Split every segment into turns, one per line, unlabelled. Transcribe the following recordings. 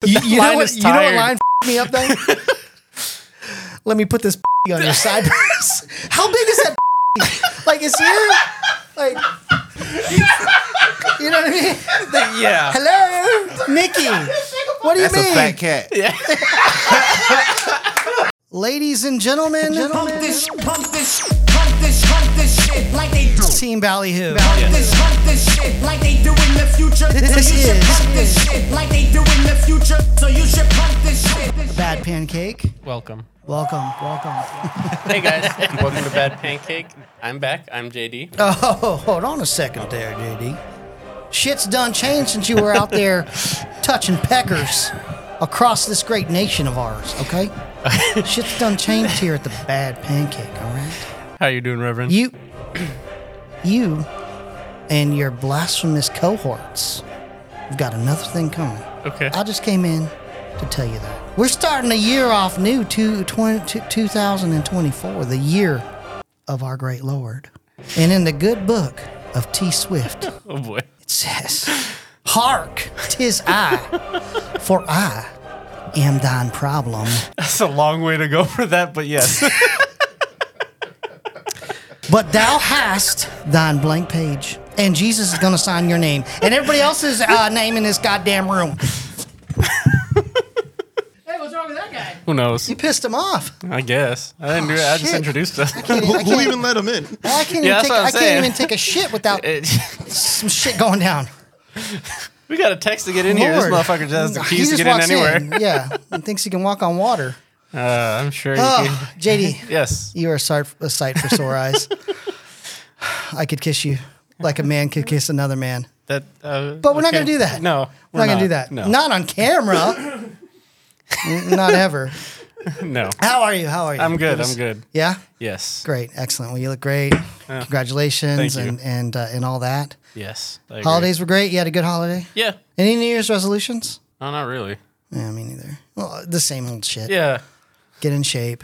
You, you know
line
what?
is
You know what
tired.
line f- me up though? Let me put this on your sideburns. How big is that? like, is here? Like, you know what I mean?
yeah.
Hello, Nikki. What do you
That's a
mean?
fat cat.
Ladies and gentlemen,
Pump this, pump this, pump this, pump this shit like they do.
Team Ballyhoo.
Pump this, pump this shit like they do in the future. So
This
you should
is-
pump this shit like they do in the future. So you should pump this shit.
Bad pancake.
Welcome.
Welcome, welcome.
Hey guys, welcome to Bad Pancake. I'm back. I'm JD.
Oh, hold on a second there, JD. Shit's done changed since you were out there touching peckers across this great nation of ours, okay? Shit's done changed here at the Bad Pancake, all right?
How you doing, Reverend?
You, you, and your blasphemous cohorts, you've got another thing coming.
Okay.
I just came in to tell you that. We're starting a year off new, two, 20, 2024, the year of our great Lord. And in the good book of T. Swift,
Oh boy.
it says, Hark, tis I, for I am thine problem.
That's a long way to go for that, but yes.
But thou hast thine blank page, and Jesus is going to sign your name and everybody else's uh, name in this goddamn room.
Who knows?
You pissed him off.
I guess. I didn't do it. I just
shit.
introduced us.
Who, who even let him in?
I can't,
Yeah,
even,
that's
take,
what I'm
I can't
saying.
even take a shit without
It-
some shit going down.
we got a text to get in here. This
Lord.
motherfucker just has the
He
keys to
just
get in
walks
anywhere.
Yeah, and thinks he can walk on water.
Uh, I'm sure you can.
Oh, JD,
Yes.
you are a sight, a sight for sore eyes. I could kiss you like a man could kiss another man,
That. Uh,
but we're not going to do that.
No.
we're, not, going to do that.
No.
Not on camera. N- not ever.
no.
How are you? How are you?
I'm good.
Give us-
I'm good.
Yeah,
Yes.
great, excellent. Well, you look great. Congratulations
Thank you.
and and uh, and all that.
Yes. I agree.
Holidays were great. You had a good holiday.
Yeah.
Any New Year's resolutions?
No, not really.
Yeah, me neither. Well, uh, the same old shit.
Yeah.
Get in shape.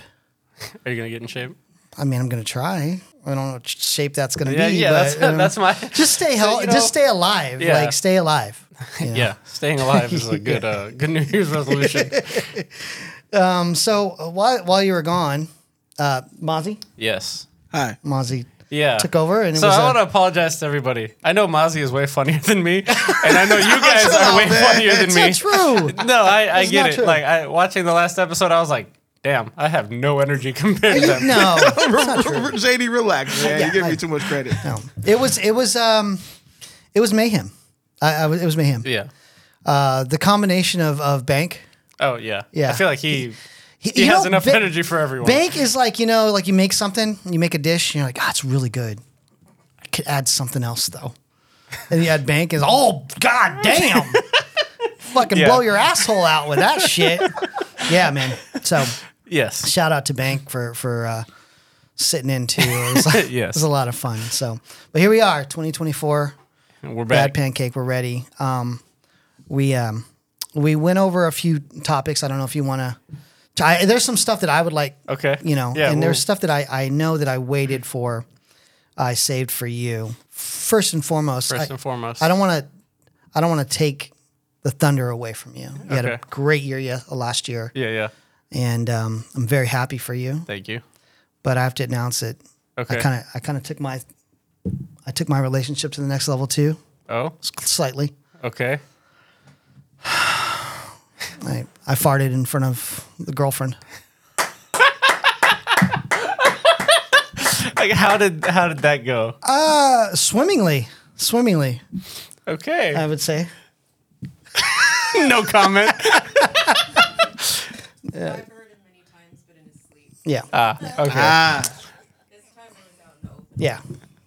Are you gonna get in shape?
I mean, I'm gonna try. I don't know what shape that's gonna
Yeah.
be.
Yeah.
but,
That's,
um,
that's my.
just stay healthy.
you know-
just stay alive.
Yeah.
Like stay alive. you know?
Yeah. Staying alive is a good uh, good New Year's resolution.
Um, so uh, while while you were gone, uh, Mozzie,
yes.
Hi.
Mozzie
Yeah.
took over, and it
So
was
I
a-
want to apologize to everybody. I know Mozzie is way funnier than me, and I know you guys are way funnier than
it's
me.
not true.
No, I, I
not
get it.
true.
Like I, watching the last episode, I was like, "Damn, I have no energy compared to them."
no, it's not true.
JD, relax, man.
Yeah,
you give
I-
me too much credit.
No, it was it was um, it was mayhem. I, I was, it was mayhem.
Yeah.
Uh, the combination of of bank.
Oh yeah.
Yeah.
I feel like he
He,
he
you
has
know,
enough
Ba-
energy for everyone.
Bank is like you know, like you make something, you make a dish, and you're like, ah, it's really good. I could add something else though. And you add bank is oh god damn, fucking
Yeah.
blow your asshole out with that shit. yeah, man. So
yes.
shout out to Bank for for uh, sitting in too. It was, like,
Yes.
it was a lot of fun. So, but here we are, 2024.
We're back.
Bad pancake. We're ready. Um, we um, we went over a few topics. I don't know if you want to. There's some stuff that I would like
Okay.
you know
Yeah.
and
we'll-
there's stuff that I, I know that i waited for i saved for you first and foremost
first
I,
and foremost.
I don't want to i don't want to take the thunder away from you you had a
Okay.
great year yeah, last year
Yeah. Yeah.
and um, i'm very happy for you
Thank you.
but i have to announce it
Okay.
i kind of i kind of took my i took my relationship to the next level too
oh.
slightly
Okay.
i, I farted in front of the girlfriend
Like how did how did that go?
Uh, swimmingly swimmingly
Okay.
i would say
no comment.
I've heard him many times, but in his sleep.
yeah
Ah.
Uh,
Okay.
Ah,
This time it was out in the open.
yeah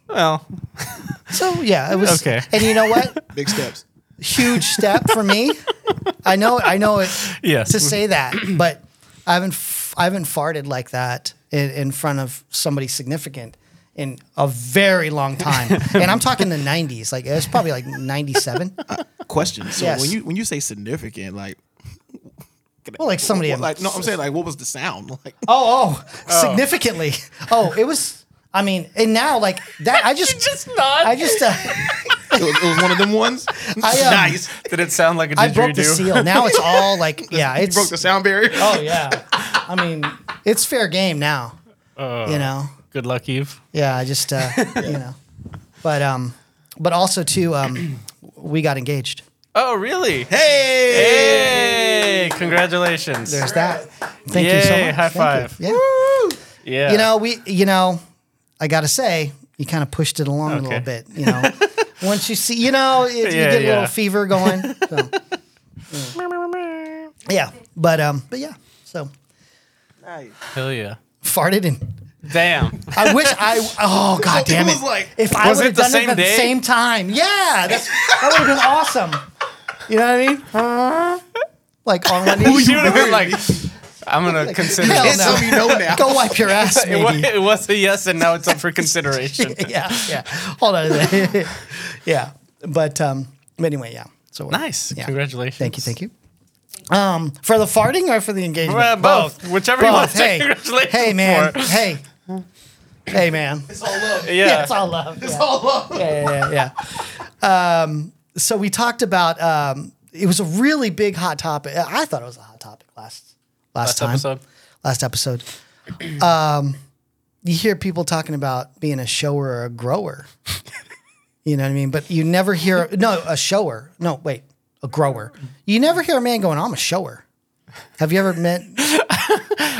well.
so yeah it was
Okay.
and you know what
big steps.
huge step for me. I know, I know it
Yes.
to say that, but I haven't, f- I haven't farted like that in, in front of somebody significant in a very long time, and I'm talking the '90s. Like it's probably like '97.
Question. So
Yes.
when you when you say significant, like
Well, like somebody.
what- like no, I'm saying like what was the sound? Like
oh, oh, significantly. Oh, it was. I mean, and now like that. I just,
just nod.
I just. Uh,
It was, it was one of them ones.
I, um,
nice.
Did it sound like a
I broke the
didgeridoo?
seal. Now it's all like, yeah,
You
it's
broke the sound barrier.
oh yeah. I mean, it's fair game now.
Uh.
you know,
Good luck, Eve.
yeah. I just uh, you know, but um, but also too um, we got engaged.
Oh, really?
Hey.
Hey! Congratulations.
There's that. Thank you so
Yay,
much.
high
Thank
five.
you. Yeah.
Yeah.
You know, we, you know, I gotta say, you kind of pushed it along a little
Okay.
bit. You know, once you see, you know, it, you
Yeah,
get a little
yeah.
fever going. So, yeah. yeah, but um, but yeah. So
Hell yeah.
farted and
Damn.
I wish I. Oh god
It
damn it!
was like-
if I
Was
would
it
have
the
done
same
it at the
day?
same time, yeah, that's, that would have been awesome. You know what I mean? like on one
you
knee.
would have been like, I'm going to consider
hell
this.
no.
Some you know now.
Go wipe your ass,
It wa-
maybe.
It was a yes, and now it's up for consideration.
yeah, yeah. Hold on a minute. yeah, but um, but anyway, yeah. So
Nice.
Yeah.
Congratulations.
Thank you, thank you. Um, for the farting or for the engagement?
Well, both. Whichever you want to say
Hey,
congratulations
hey, man.
for.
Hey, hey, man.
Yeah.
It's all love. It's all love. Yeah, yeah, yeah. yeah. um, so we talked about um, it was a really big hot topic. I thought it was a hot topic last last,
Last
time.
episode.
Last episode. Um, you hear people talking about being a shower or a grower. you know what I mean? But you never hear no a shower. No, wait, a grower. You never hear a man going, "I'm a shower." Have you ever met?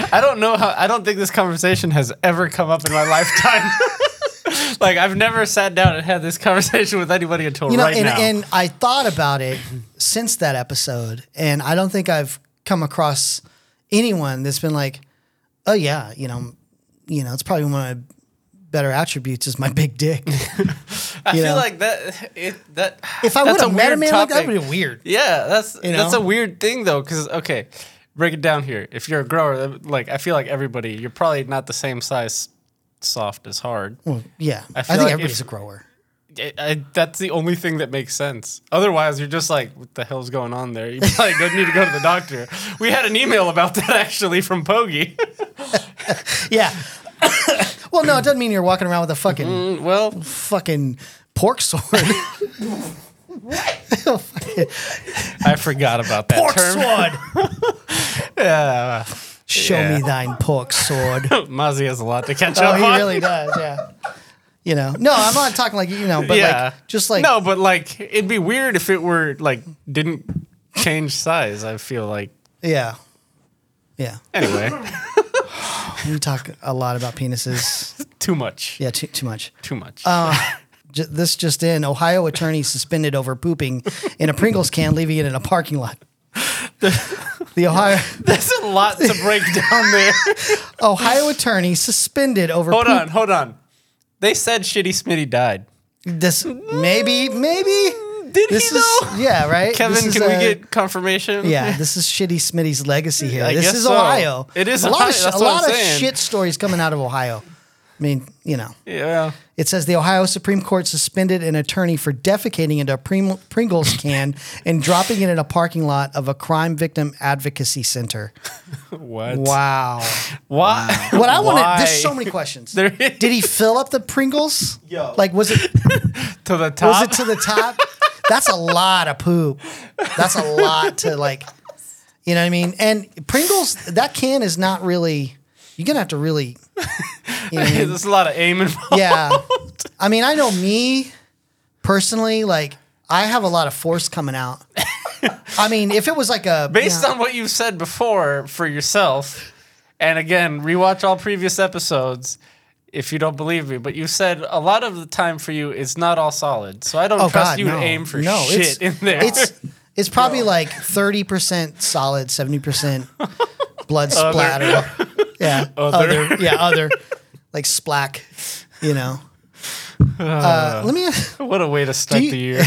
I don't know how. I don't think this conversation has ever come up in my lifetime. like I've never sat down and had this conversation with anybody until
You know,
right
and,
now.
and I thought about it since that episode, and I don't think I've come across anyone that's been like, "Oh yeah, you know, you know, it's probably one of my better attributes is my big dick."
I feel
know.
like that. It, that
If I would
that's
have met a
weird
man like that,
topic.
would have been weird.
yeah, that's
You
that's
know?
a weird thing though. Because okay, break it down here. If you're a grower, like I feel like everybody, you're probably not the same size, soft as hard.
Yeah, I,
feel
think
like
everybody's
if-
a grower.
I, I, that's the only thing that makes sense. Otherwise, you're just like, what the hell's going on there? You probably don't need to go to the doctor. We had an email about that actually from Pogi.
Yeah. well, no, it doesn't mean you're walking around with a fucking
well,
fucking pork sword.
I forgot about that term. Yeah,
Show me thine pork sword.
Mozzie has a lot to catch
Oh,
up on.
he really does. Yeah. You know, no, I'm not talking like you know, but
yeah,
like just like
no, but like it'd be weird if it were like didn't change size. I feel like
Yeah. Yeah.
anyway,
We talk a lot about penises.
too much,
Yeah, too, too much.
too much.
Um, J- this just in Ohio attorney suspended over pooping in a Pringles can, leaving it in a parking lot. The Ohio
There's a lot to break down there.
Ohio attorney suspended over
hold
poop-
on, hold on. They said Shitty Smitty died.
This maybe maybe
Mm, Did
this
he
is
though?
yeah right.
Kevin,
This is,
can
uh,
we get confirmation?
Yeah, this is Shitty Smitty's legacy here.
I
this
guess
is
so.
Ohio.
It is
a lot
Ohio,
of sh-
that's
a
what I'm
lot of
saying.
shit stories coming out of Ohio. I mean, you know.
yeah.
It says the Ohio Supreme Court suspended an attorney for defecating into a Pring- Pringles can and dropping it in a parking lot of a crime victim advocacy center.
What?
Wow.
Why?
What I want to
Why?
there's so many questions.
There is.
Did he fill up the Pringles? Like was it
to the
was
top.
it to the top? That's a lot of poop. That's a lot to like you know what I mean? And Pringles that can is not really you're going to have to really you know what I mean?
There's a lot of aim involved.
Yeah. I mean, I know me personally, like, I have a lot of force coming out. I mean, if it was like a.
Based on what you've said before for yourself, and again, rewatch all previous episodes if you don't believe me, but you said a lot of the time for you it's not all solid. So I don't
Oh,
trust
God,
you to
no.
aim for
No,
shit
it's-
in there.
It's, it's probably like 30% solid, 70% blood splatter. Yeah.
Other.
Yeah, other. Like splack, you know. Uh, let me.
what a way to start
you-
the year.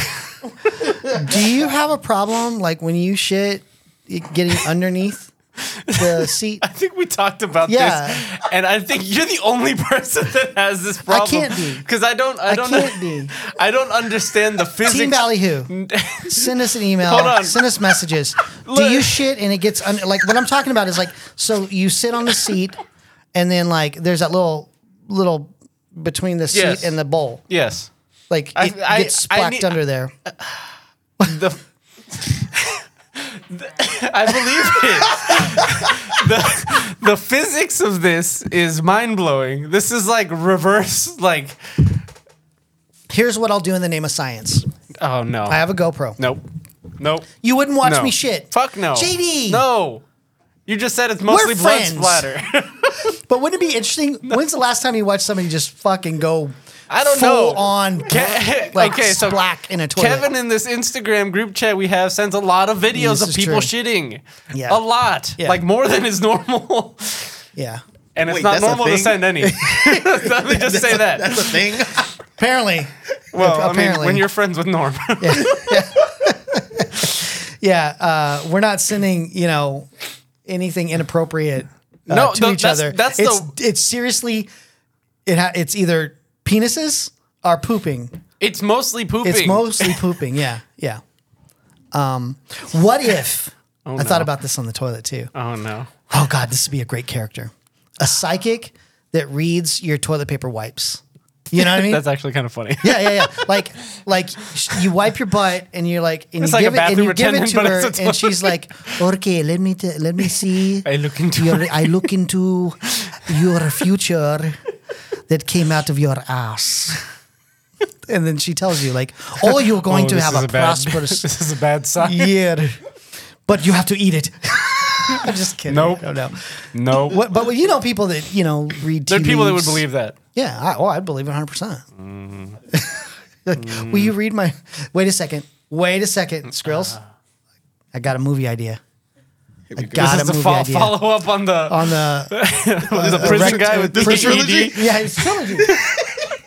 Do you have a problem like when you shit it getting underneath the seat?
I think we talked about
Yeah.
this, and I think you're the only person that has this problem.
can't be.
because I don't. I
I
don't.
can't
know,
be.
I don't understand the physics.
Team Ballyhoo. send us an email.
Hold on.
Send us messages. Do
Look.
you shit and it gets under, like what I'm talking about is like so you sit on the seat and then like there's that little little between the seat
Yes.
and the bowl.
yes.
Like it
I- I-
gets
I
splacked
need-
under there.
The, I believe it. the, the physics of this is mind blowing. This is like reverse, like,
Here's what I'll do in the name of science.
oh no.
I have a GoPro.
nope. Nope.
You wouldn't watch
no.
me shit.
Fuck no.
JD.
No. You just said it's mostly blood
friends.
splatter.
But wouldn't it be interesting? When's the last time you watched somebody just fucking go?
I don't
full
know.
on
Ke-
like
okay, so
splack in a toilet.
Kevin in this Instagram group chat we have sends a lot of videos
This
of
is
people
true.
shitting.
Yeah.
A lot.
Yeah.
Like more than is normal.
yeah.
And it's
Wait,
not
that's a
normal to
thing?
send any. Let me just say that.
That's a thing.
Apparently.
well, I mean,
apparently.
when you're friends with Norm.
Yeah. Uh, we're not sending, you know, anything inappropriate uh,
No,
to
no,
each
that's-
other.
that's the-
it's, it's seriously, it ha- it's either penises or pooping.
it's mostly pooping.
It's mostly pooping. Yeah. Yeah. Um, what if I thought about this on the toilet too?
oh no.
Oh God, this would be a great character. A psychic that reads your toilet paper wipes. You know what I mean?
That's actually kind of funny.
yeah, yeah, yeah. Like, like sh- you wipe your butt and you're like, and
It's
you
like
give
a
it, and you
bathroom
give it
attendant,
to
but
her,
it's a
and she's like, okay, let me t- let me see.
I look into
your, I look into your future that came out of your ass. And then she tells you like, oh, you're going
Oh,
to
this
have
is
a,
bad-
prosperous
this is a bad sign.
year, but you have to eat it. I'm just kidding.
Nope.
No, no.
No.
What, but you know people that you know read.
There are
tea
people that would
leaves.
believe that.
Yeah, I, oh, I'd believe it 100. percent Like,
Mm-hmm.
will you read my? Wait a second. Wait a second, Skrills.
Uh-huh.
I got a movie idea. I got a
This is the
movie
fo-
idea
follow up on the
on the
the prison guy with
This
the E
is trilogy?
trilogy.
yeah it's trilogy.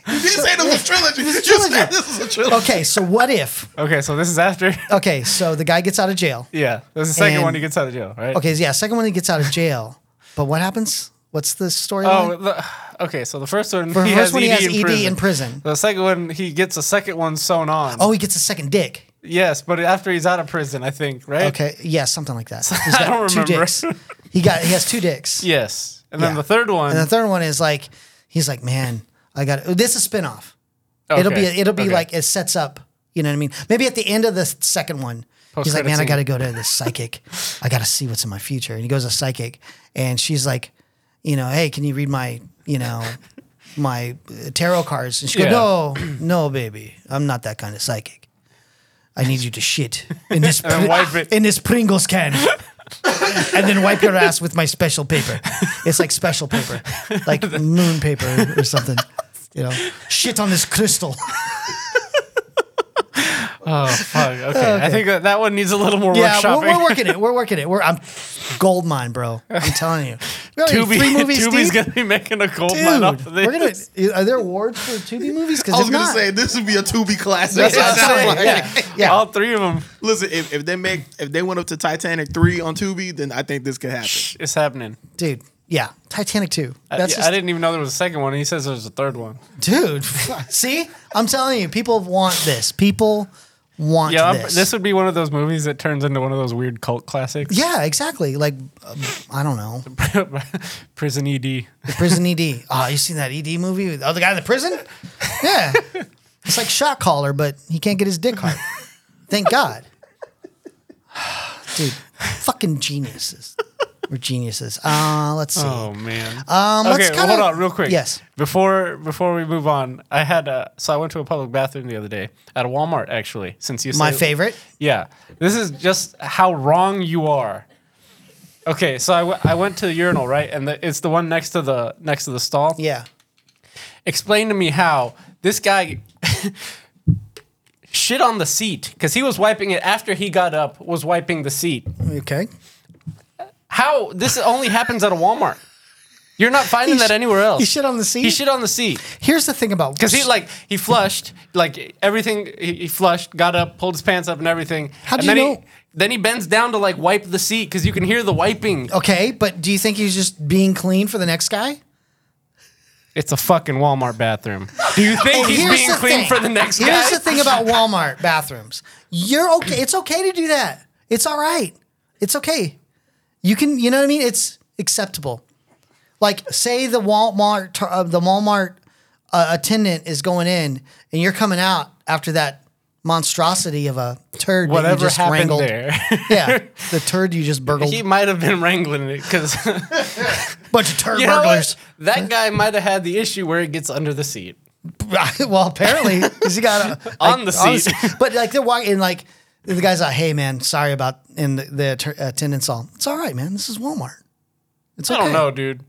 You didn't say this was a trilogy. You
trilogy.
said this is a trilogy.
Okay, so what if?
Okay, so this is after.
Okay, so the guy gets out of jail.
Yeah, there's the second
And-
one he gets out of jail, right?
Okay, yeah, second one he gets out of jail. But what happens? What's the story?
Oh, the, okay. So the first one,
the
he,
first
has
one
ED
he has
in
ED
prison.
in prison.
The second one, he gets a second one sewn on.
Oh, he gets a second dick.
yes, but after he's out of prison, I think, right?
Okay, yeah, something like that. He's
I don't
two
remember.
dicks. He got he has two dicks.
Yes, and then
Yeah.
the third one.
And the third one is like he's like, man, I got this is a spinoff.
okay,
It'll be it'll be
okay.
like it sets up. You know what I mean? Maybe at the end of the second one, he's like,
Post-credit
man, I
scene.
got to go to this psychic. I got to see what's in my future. And he goes to psychic, and she's like, you know, hey, can you read my, you know, my uh, tarot cards? And she goes,
Yeah.
no, no, baby, I'm not that kind of psychic. I need you to shit in this
then wipe it.
in this Pringles can. and then wipe your ass with my special paper. It's like special paper, like moon paper or something. You know, shit on this crystal.
Oh fuck. Okay. I think that, that one needs a little more
yeah,
workshopping.
we're, we're working it. We're working it. We're I'm gold mine, bro. I'm telling you. We already
Tubi,
three movies
Tubi's
deep?
gonna be making a gold
Dude,
mine off of this.
we're gonna. Are there awards for Tubi movies? Because
I was gonna
Oh, not,
say this would be a Tubi classic.
That's what
It
I'm saying,
sounds like-
yeah. yeah.
All three of them
Listen, if, if they make if they went up to Titanic three on Tubi, then I think this could happen.
is happening.
dude. Yeah, Titanic two.
I-
That's
yeah,
just,
I didn't even know there was a second one. and He says there's a third one.
dude. See, I'm telling you, people want this. People want
Yeah, I'm-
this.
this would be one of those movies that turns into one of those weird cult classics.
yeah, exactly. Like, um, I don't know,
Prison E ED.
the prison ED. Oh, you seen that ED movie? with- Oh, the guy in the prison? Yeah, it's like shot caller, but he can't get his dick hard. Thank God, dude. Fucking geniuses. We're geniuses. Uh, let's see.
Oh man.
Um,
okay,
let's
well,
kinda-
hold on, real quick.
Yes.
Before before we move on, I had a so I went to a public bathroom the other day at a Walmart actually. Since you
My
say-
favorite.
Yeah. This is just how wrong you are. Okay, so I, w- I went to the urinal right, and the, it's the one next to the next to the stall.
Yeah.
Explain to me how this guy shit on the seat because he was wiping it after he got up was wiping the seat.
Okay.
How this only happens at a Walmart. You're not finding
He
that
sh-
anywhere else.
he shit on the seat?
He shit on the seat.
Here's the thing about
Cause he like he flushed like everything he, he flushed got up pulled his pants up and everything.
How do
and
you
then
know-
He, then he bends down to like wipe the seat because you can hear the wiping.
Okay, but do you think he's just being clean for the next guy?
It's a fucking Walmart bathroom. Do you think he's
Oh, Here's
being
the
clean
thing.
for the next
Here's
guy?
the thing about Walmart bathrooms. You're okay. It's okay to do that. It's all right. It's okay. You can. You know what I mean? It's acceptable. Like say the Walmart, uh, the Walmart uh, attendant is going in, and you're coming out after that monstrosity of a turd. that you
Whatever
just
happened
wrangled.
there,
Yeah, the turd you just burgled.
he might have been wrangling it because
Bunch of turd
you know
burglars.
what? that guy might have had the issue where it gets under the seat.
well, apparently, because he got a,
On the
like, on
seat.
But like they're walking, like the guy's like, "Hey, man, sorry about." And the, the tur- attendant's all, "It's all right, man. This is Walmart. It's
I
okay."
don't know, dude.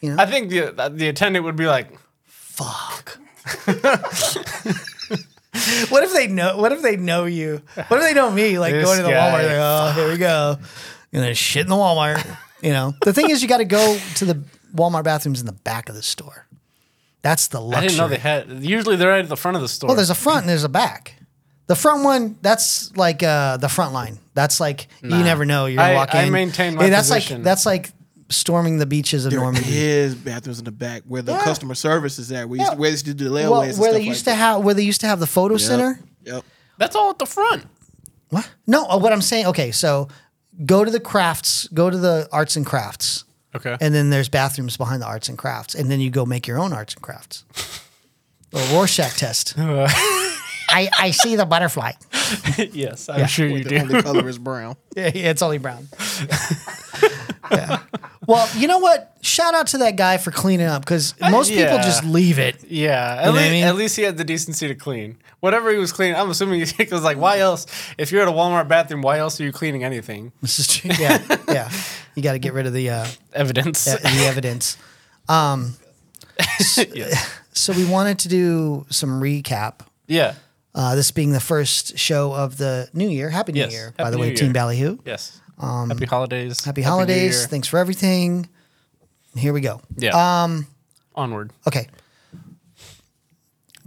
You know?
I think the uh, the attendant would be like,
Fuck. what if they know? What if they know you? What if they know me? Like
This
going to the
guy,
Walmart, they're, oh, here we go, and there's shit in the Walmart. You know, the thing is, you got to go to the Walmart bathrooms in the back of the store. That's the luxury.
I didn't know they had. Usually they're right at the front of the store.
Well, there's a front and there's a back. The front one, that's like uh, the front line. That's like you never know. You're gonna
I-
walk in.
I maintain my
Hey, that's
position.
like that's like storming the beaches of
There
Normandy.
is bathrooms in the back where the
Yeah.
customer service is at. Where, used,
Yeah.
where they used to do the layaways.
Well,
and
where
stuff
they used
like
to have where they used to have the photo center.
that. Yep.
That's all at the front.
What? No, uh, what I'm saying. Okay, so go to the crafts. Go to the arts and crafts.
Okay.
And then there's bathrooms behind the arts and crafts, and then you go make your own arts and crafts. A Rorschach test. I, I see the butterfly.
yes, I'm sure you
The
do.
only color is brown.
Yeah, yeah, it's only brown. Yeah. Well, you know what? Shout out to that guy for cleaning up because most people
Uh, yeah.
just leave it.
Yeah, at,
know what I
least,
mean?
at least he had the decency to clean whatever he was cleaning. I'm assuming he was like, why else? If you're at a Walmart bathroom, why else are you cleaning anything?
This is true. Yeah, yeah. You got to get rid of the uh,
Evidence.
the the evidence. Um, so, we wanted to do some recap.
yeah.
Uh, this being the first show of the new year. Happy New
Yes,
Year, by
Happy
the
New
way,
Year.
Team Ballyhoo.
Yes. happy holidays.
Um, Happy
New
holidays.
Year.
Thanks for everything. Here we go.
yeah. Um. Onward.
Okay.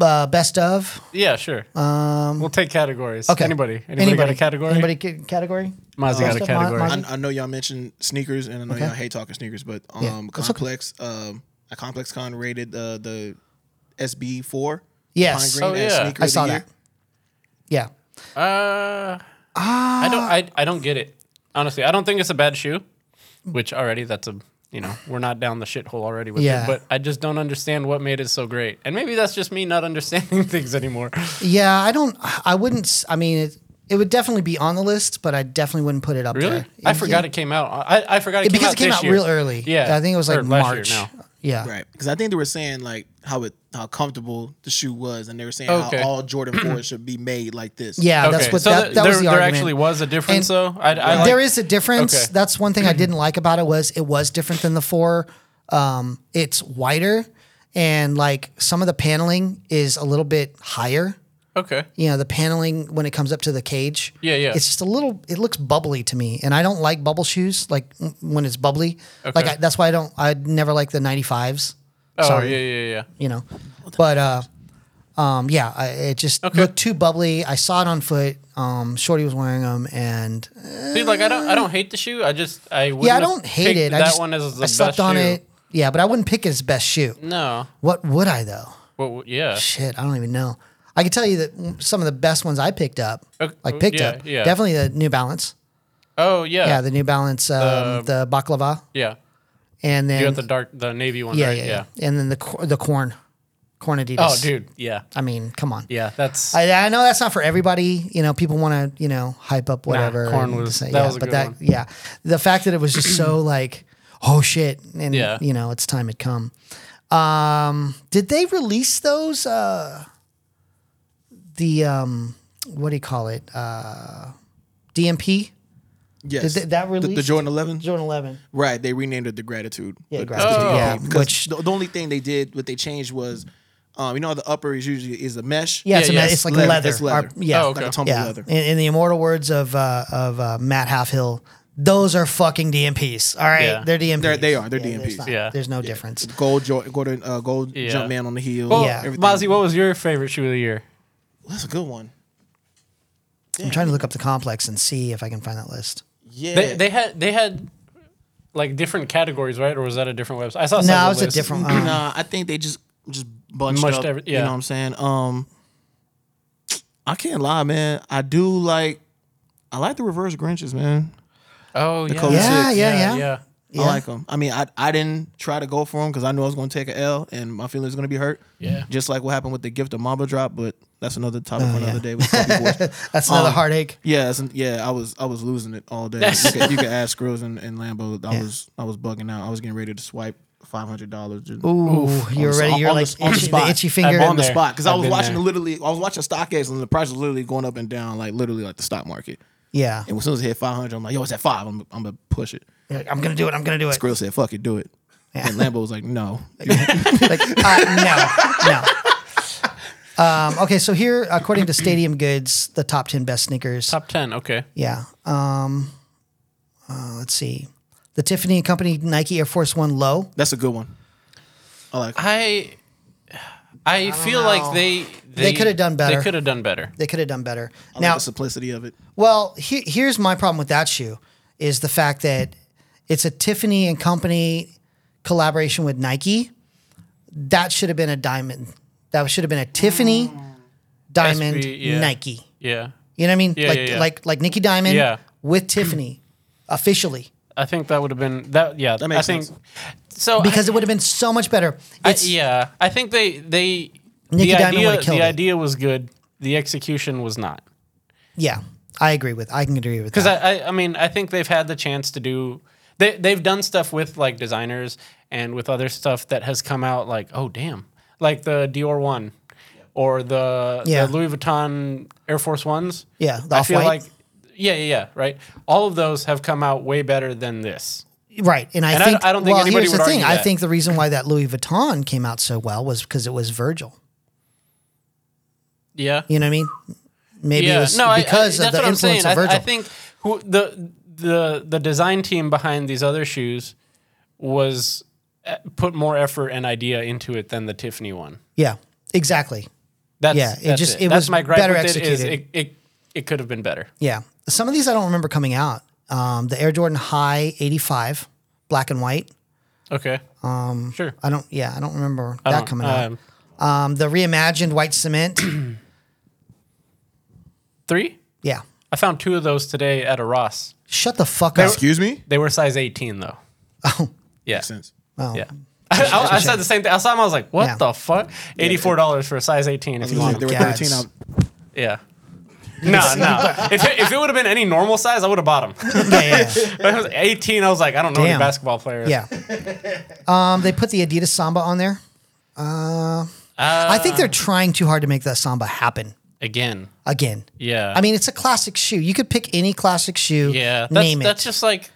Uh, best of.
Yeah. Sure. Um. We'll take categories.
Okay.
Anybody? Anybody, got a category?
Anybody ca- category?
Mozzie got a
Best of
category.
Mo-
I,
Mozzie?
I know y'all mentioned sneakers, and I know y'all hate talking sneakers, but um,
that's okay.
complex, um, a complex con rated uh, the SB four.
Yes.
Oh, yeah.
I saw that. Yeah.
Uh, I don't.
Ah.
I, I don't get it. Honestly, I don't think it's a bad shoe. Which already, that's a you know, we're not down the shithole already with
Yeah.
it. But I just don't understand what made it so great. And maybe that's just me not understanding things anymore.
Yeah. I don't, I wouldn't, s- I mean, it, it would definitely be on the list, but I definitely wouldn't put it up
Really,
there.
I forgot it came out. I, I forgot it came
because
out
it came
this
out
year.
real early.
Yeah,
I think it was like
or last year
March.
now.
Yeah.
Right, because I think they were saying like how it how comfortable the shoe was, and they were saying
Okay.
how all Jordan fours should be made like this.
Yeah. That's
Okay,
what
so
that,
th-
that
there,
was the
there
argument.
actually was a difference,
And
though. I, I like,
there is a difference.
Okay. Mm-hmm.
That's one thing I didn't like about it was it was different than the four. Um, it's wider and like some of the paneling is a little bit higher.
okay.
you know the paneling when it comes up to the cage.
Yeah, yeah.
It's just a little. It looks bubbly to me, and I don't like bubble shoes. Like mm, when it's bubbly, like I, that's why I don't. I never like the ninety fives.
Oh
Sorry,
yeah, yeah, yeah.
you know, but uh, um, yeah, I, it just looked too bubbly. I saw it on foot. Um, Shorty was wearing them, and
Dude, like I don't, I don't hate the shoe. I just, I
yeah, I
wouldn't have
don't hate
picked
it.
That
I just
one is the
I slept
best
on
shoe.
it. Yeah, but I wouldn't pick it as best shoe.
No,
What would I though?
well, yeah.
Shit, I don't even know. I can tell you that mm, some of the best ones I picked up,
Ok-
like picked
yeah,
up,
yeah.
definitely the New Balance.
Oh yeah,
Yeah, the New Balance, um, the baklava,
yeah.
and then
You got the dark, the navy one,
yeah,
right?
yeah, yeah, and then the cor- the corn, corn Adidas.
Oh, dude, yeah,
I mean, come on.
yeah. That's
I, I know that's not for everybody. You know, people want to you know hype up whatever.
corn
and
was-
say-
that
yeah,
was a
but
good
that
one.
yeah, the fact that it was just so like oh shit, and
Yeah.
you know it's time had come. Um, did they release those? Uh, the um, what do you call it? Uh, DMP
yes,
Did that- that
the, the
released?
Jordan Eleven.
Jordan Eleven.
Right, they renamed it the Gratitude.
Yeah,
But-
gratitude. yeah,
because
which
the, the only thing they did, what they changed was, um, you know, how the upper is usually is a mesh.
Yeah, it's,
Yeah,
a,
yeah,
it's,
it's
like
leather.
leather.
It's leather.
Or- yeah,
Oh,
like
Okay.
a tumble
yeah.
leather.
In, in the immortal words of uh, of uh, Matt Halfhill, those are fucking DMPs. All right,
Yeah.
they're DMPs.
They're- they are. They're
There's
DMPs.
not-
Yeah.
there's no difference.
Gold, jo- Gordon, uh, gold
Yeah.
jump man on the heel.
well,
yeah.
everything.
Mozzie, what was your favorite shoe of the year?
That's a good one.
I'm trying to look up the complex and see if I can find that list.
Yeah,
They, they had, they had like different categories, right? Or was that a different website? I saw
No,
several
it was a
lists.
different. Um,
nah, I think they just just bunched
Mushed
up.
every-
You
yeah.
know what I'm saying? Um, I can't lie, man. I do like. I like the reverse Grinches, man.
Oh yeah.
Code
Yeah,
Six.
yeah, yeah.
yeah.
Yeah.
I like him. I mean, I I didn't try to go for him because I knew I was going to take an L and my feelings going to be hurt.
Yeah.
Just like what happened with the gift of Mamba drop, but that's another topic
Oh,
for another day. With Kobe Boys.
That's another
Um,
heartache.
yeah, that's, yeah, I was I was losing it all day. you, can, you can ask Grills and, and Lambo. I was I was bugging out. I was getting ready to swipe five hundred dollars.
Ooh, you're ready. You're like itchy- the itchy finger.
on the
there.
spot because I
I've
was
been
watching
there.
literally. I was watching StockX and the price was literally going up and down, like literally like the stock market.
Yeah.
And as soon as it hit five hundred, I'm like, yo, it's at five. I'm I'm gonna push it.
You're like, I'm gonna do it. I'm gonna do it.
Grill said, fuck it, do it. And Lambo was like, no.
Like, uh, no, no. Um, okay, so here, according to Stadium Goods, the top ten best sneakers.
Top 10, okay.
Yeah. Um, uh, let's see. The Tiffany and Company Nike Air Force One Low.
That's a good one. I like
I I, feel like they they,
could have done better.
They could have done better.
They could have done better.
I
now,
like the simplicity of it.
Well, he, here's my problem with that shoe is the fact that it's a Tiffany and Company collaboration with Nike. That should have been a diamond. That should have been a Tiffany diamond
SB, yeah.
Nike.
Yeah.
You know what I mean?
Yeah,
like
yeah, yeah.
like like Nikki Diamond
Yeah.
with Tiffany officially
I think that would have been that yeah, that
makes
I think
sense.
so
because it would have been so much better.
I, e
It's
yeah, I think they they
Nicki
the
Diamond
idea
would've
the
killed it.
idea was good. The execution was not.
yeah. I agree with. I can agree with
Because
that.
I, I, I mean, I think they've had the chance to do. They they've done stuff with like designers and with other stuff that has come out like, oh damn, like the Dior one, or the,
Yeah.
the Louis Vuitton Air Force ones.
Yeah, the
I feel
Off-White.
like, yeah, yeah, yeah, right. All of those have come out way better than this.
right, and I
and I
think
don't- I don't think
well,
anybody
here's
would
the thing.
argue
I
that.
think the reason why that Louis Vuitton came out so well was because it was Virgil.
Yeah,
You know what I mean? Maybe
yeah.
it was because of the influence of
I,
Virgil.
I think who, the the the design team behind these other shoes was eh, put more effort and idea into it than the Tiffany one.
yeah, exactly.
That's,
Yeah, it
that's
just-
it.
it
That's
was
my gripe
better
with it is
executed.
it, it, it could have been better.
Yeah, some of these I don't remember coming out. Um, the Air Jordan High '85, black and white.
Okay. Um, sure.
I don't. Yeah, I don't remember
I
that
don't-
coming
um,
out. Um, the reimagined white cement.
Three.
yeah.
I found two of those today at a Ross.
Shut the fuck up.
Excuse me?
They were size 18 though. Oh. Yeah.
Makes sense.
Yeah. I, I, I said the same thing. I saw them. I was like, "What
Yeah.
the fuck? Eighty-four dollars for a size eighteen if you want
Like,
them."
They were
God.
13 out.
Yeah. No, no. If it, if it would have been any normal size, I would have bought them.
Yeah, yeah, yeah.
When I was 18, I was like, I don't know
Damn.
any basketball players.
Yeah. Um, they put the Adidas Samba on there. Uh, I think they're trying too hard to make that Samba happen
Again.
again.
Yeah.
I mean, it's a classic shoe. You could pick any classic shoe.
yeah. That's,
name
that's
it.
just like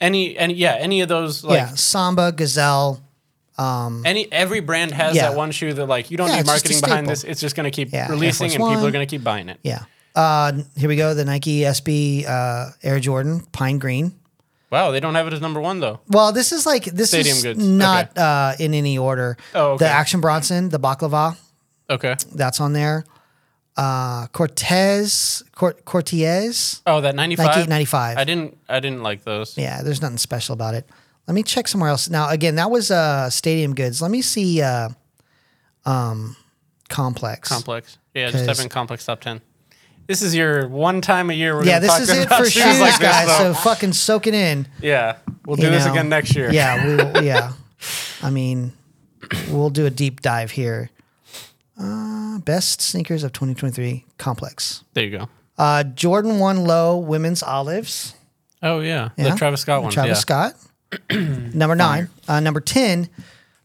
any, any, yeah, any of those, like,
yeah, Samba, Gazelle.
any, every brand has
Yeah.
that one shoe that, like, you don't
Yeah,
need
it's just a
marketing behind
staple.
this. It's just going to keep
Yeah, Air
releasing
Force
and people
One.
are going to keep buying it.
Yeah. Uh, here we go. The Nike SB uh, Air Jordan Pine Green.
Wow. They don't have it as number one, though.
Well, this is like this
Stadium
is
goods.
not
Okay.
uh, in any order.
Oh, okay.
The Action Bronson, the baklava,
Okay.
that's on there. Uh, Cortez, Cor- Cortez,
Oh, that 95.
Nike 95.
I didn't, I didn't like those.
Yeah, there's nothing special about it. Let me check somewhere else. Now, again, that was uh, Stadium Goods. Let me see uh, um, Complex.
Complex. Yeah. Just type
Cause-
in complex top 10. This is your one time a year. We're
Yeah,
gonna
this
talk
is it
about
for
shoes
shoes,
like this,
guys.
though.
so fucking soak it in.
Yeah, we'll do
you
this
know?
again next year.
Yeah, we will, yeah. I mean, we'll do a deep dive here. Uh, best sneakers of 2023 complex.
There you go.
Uh, Jordan 1 Low Women's Olives.
Oh yeah,
Yeah.
the Travis Scott
The
one.
Travis
yeah.
Scott. number 9. Uh, number 10.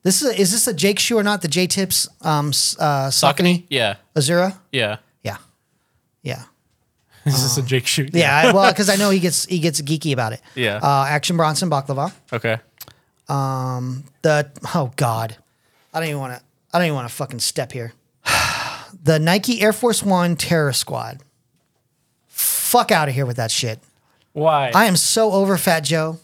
This is is this a Jake shoe or not? The J Tips um s- uh Saucony
Yeah,
Azura?
yeah.
Yeah. Yeah.
This is a Jake shoot.
Uh, Yeah, I, well, cuz I know he gets he gets geeky about it.
Yeah.
Uh, Action Bronson Baklava.
Okay.
the oh god, I don't even want to. I don't even want to fucking step here. the Nike Air Force One Terror Squad. Fuck out of here with that shit.
Why?
I am so over Fat Joe.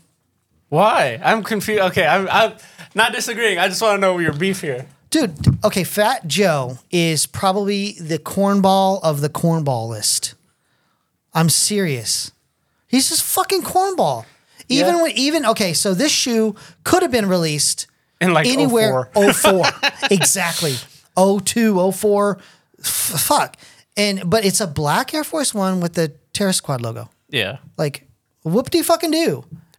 Why? I'm confused. Okay, I'm, I'm not disagreeing. I just want to know your beef here.
Dude, okay, Fat Joe is probably the cornball of the cornball list. I'm serious. He's just fucking cornball. Even
Yeah.
when even okay, so this shoe could have been released
In like
anywhere
04.
04, exactly 02 04 f- fuck and but it's a black air force one with the terror squad logo
Yeah.
like whoop de fucking do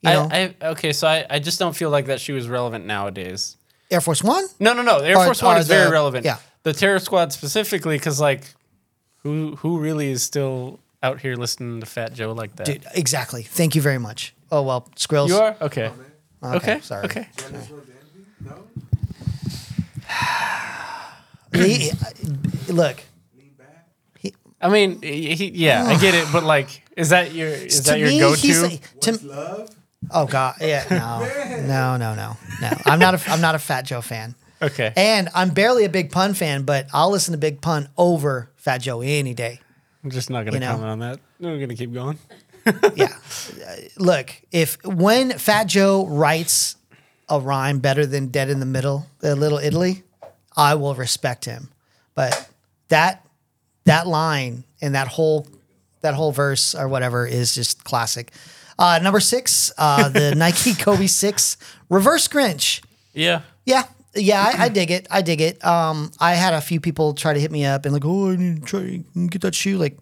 You know,
I, I okay, so I, I just don't feel like that shoe is relevant nowadays.
Air Force One.
No, no, no. Air
Or-
Force One
or
is very
the-
relevant.
yeah.
The Terror Squad specifically, because like, who who really is still out here listening to Fat Joe like that?
Dude, exactly. Thank you very much. Oh well, Skrills.
You are okay.
Okay,
okay.
sorry.
Okay.
Lee, uh, look,
I mean, he, he- yeah, I get it, but like, is that your is
to
that your
me,
go
he's
to?
a- to love. Oh God, yeah, no, no, no, no, no. I'm not a I'm not a Fat Joe fan,
Okay.
and I'm barely a Big Pun fan, but I'll listen to Big Pun over Fat Joe any day.
I'm just not gonna
you know.
comment on that. No, we're gonna keep going.
yeah. Uh, Look, if when Fat Joe writes a rhyme better than Dead in the Middle, uh, Little Italy, I will respect him. But that that line and that whole that whole verse or whatever is just classic. Uh, number six, uh, the Nike Kobe six reverse Grinch.
Yeah.
Yeah. Yeah, I, I dig it. I dig it. Um, I had a few people try to hit me up and like, oh, I need to try and get that shoe. Like,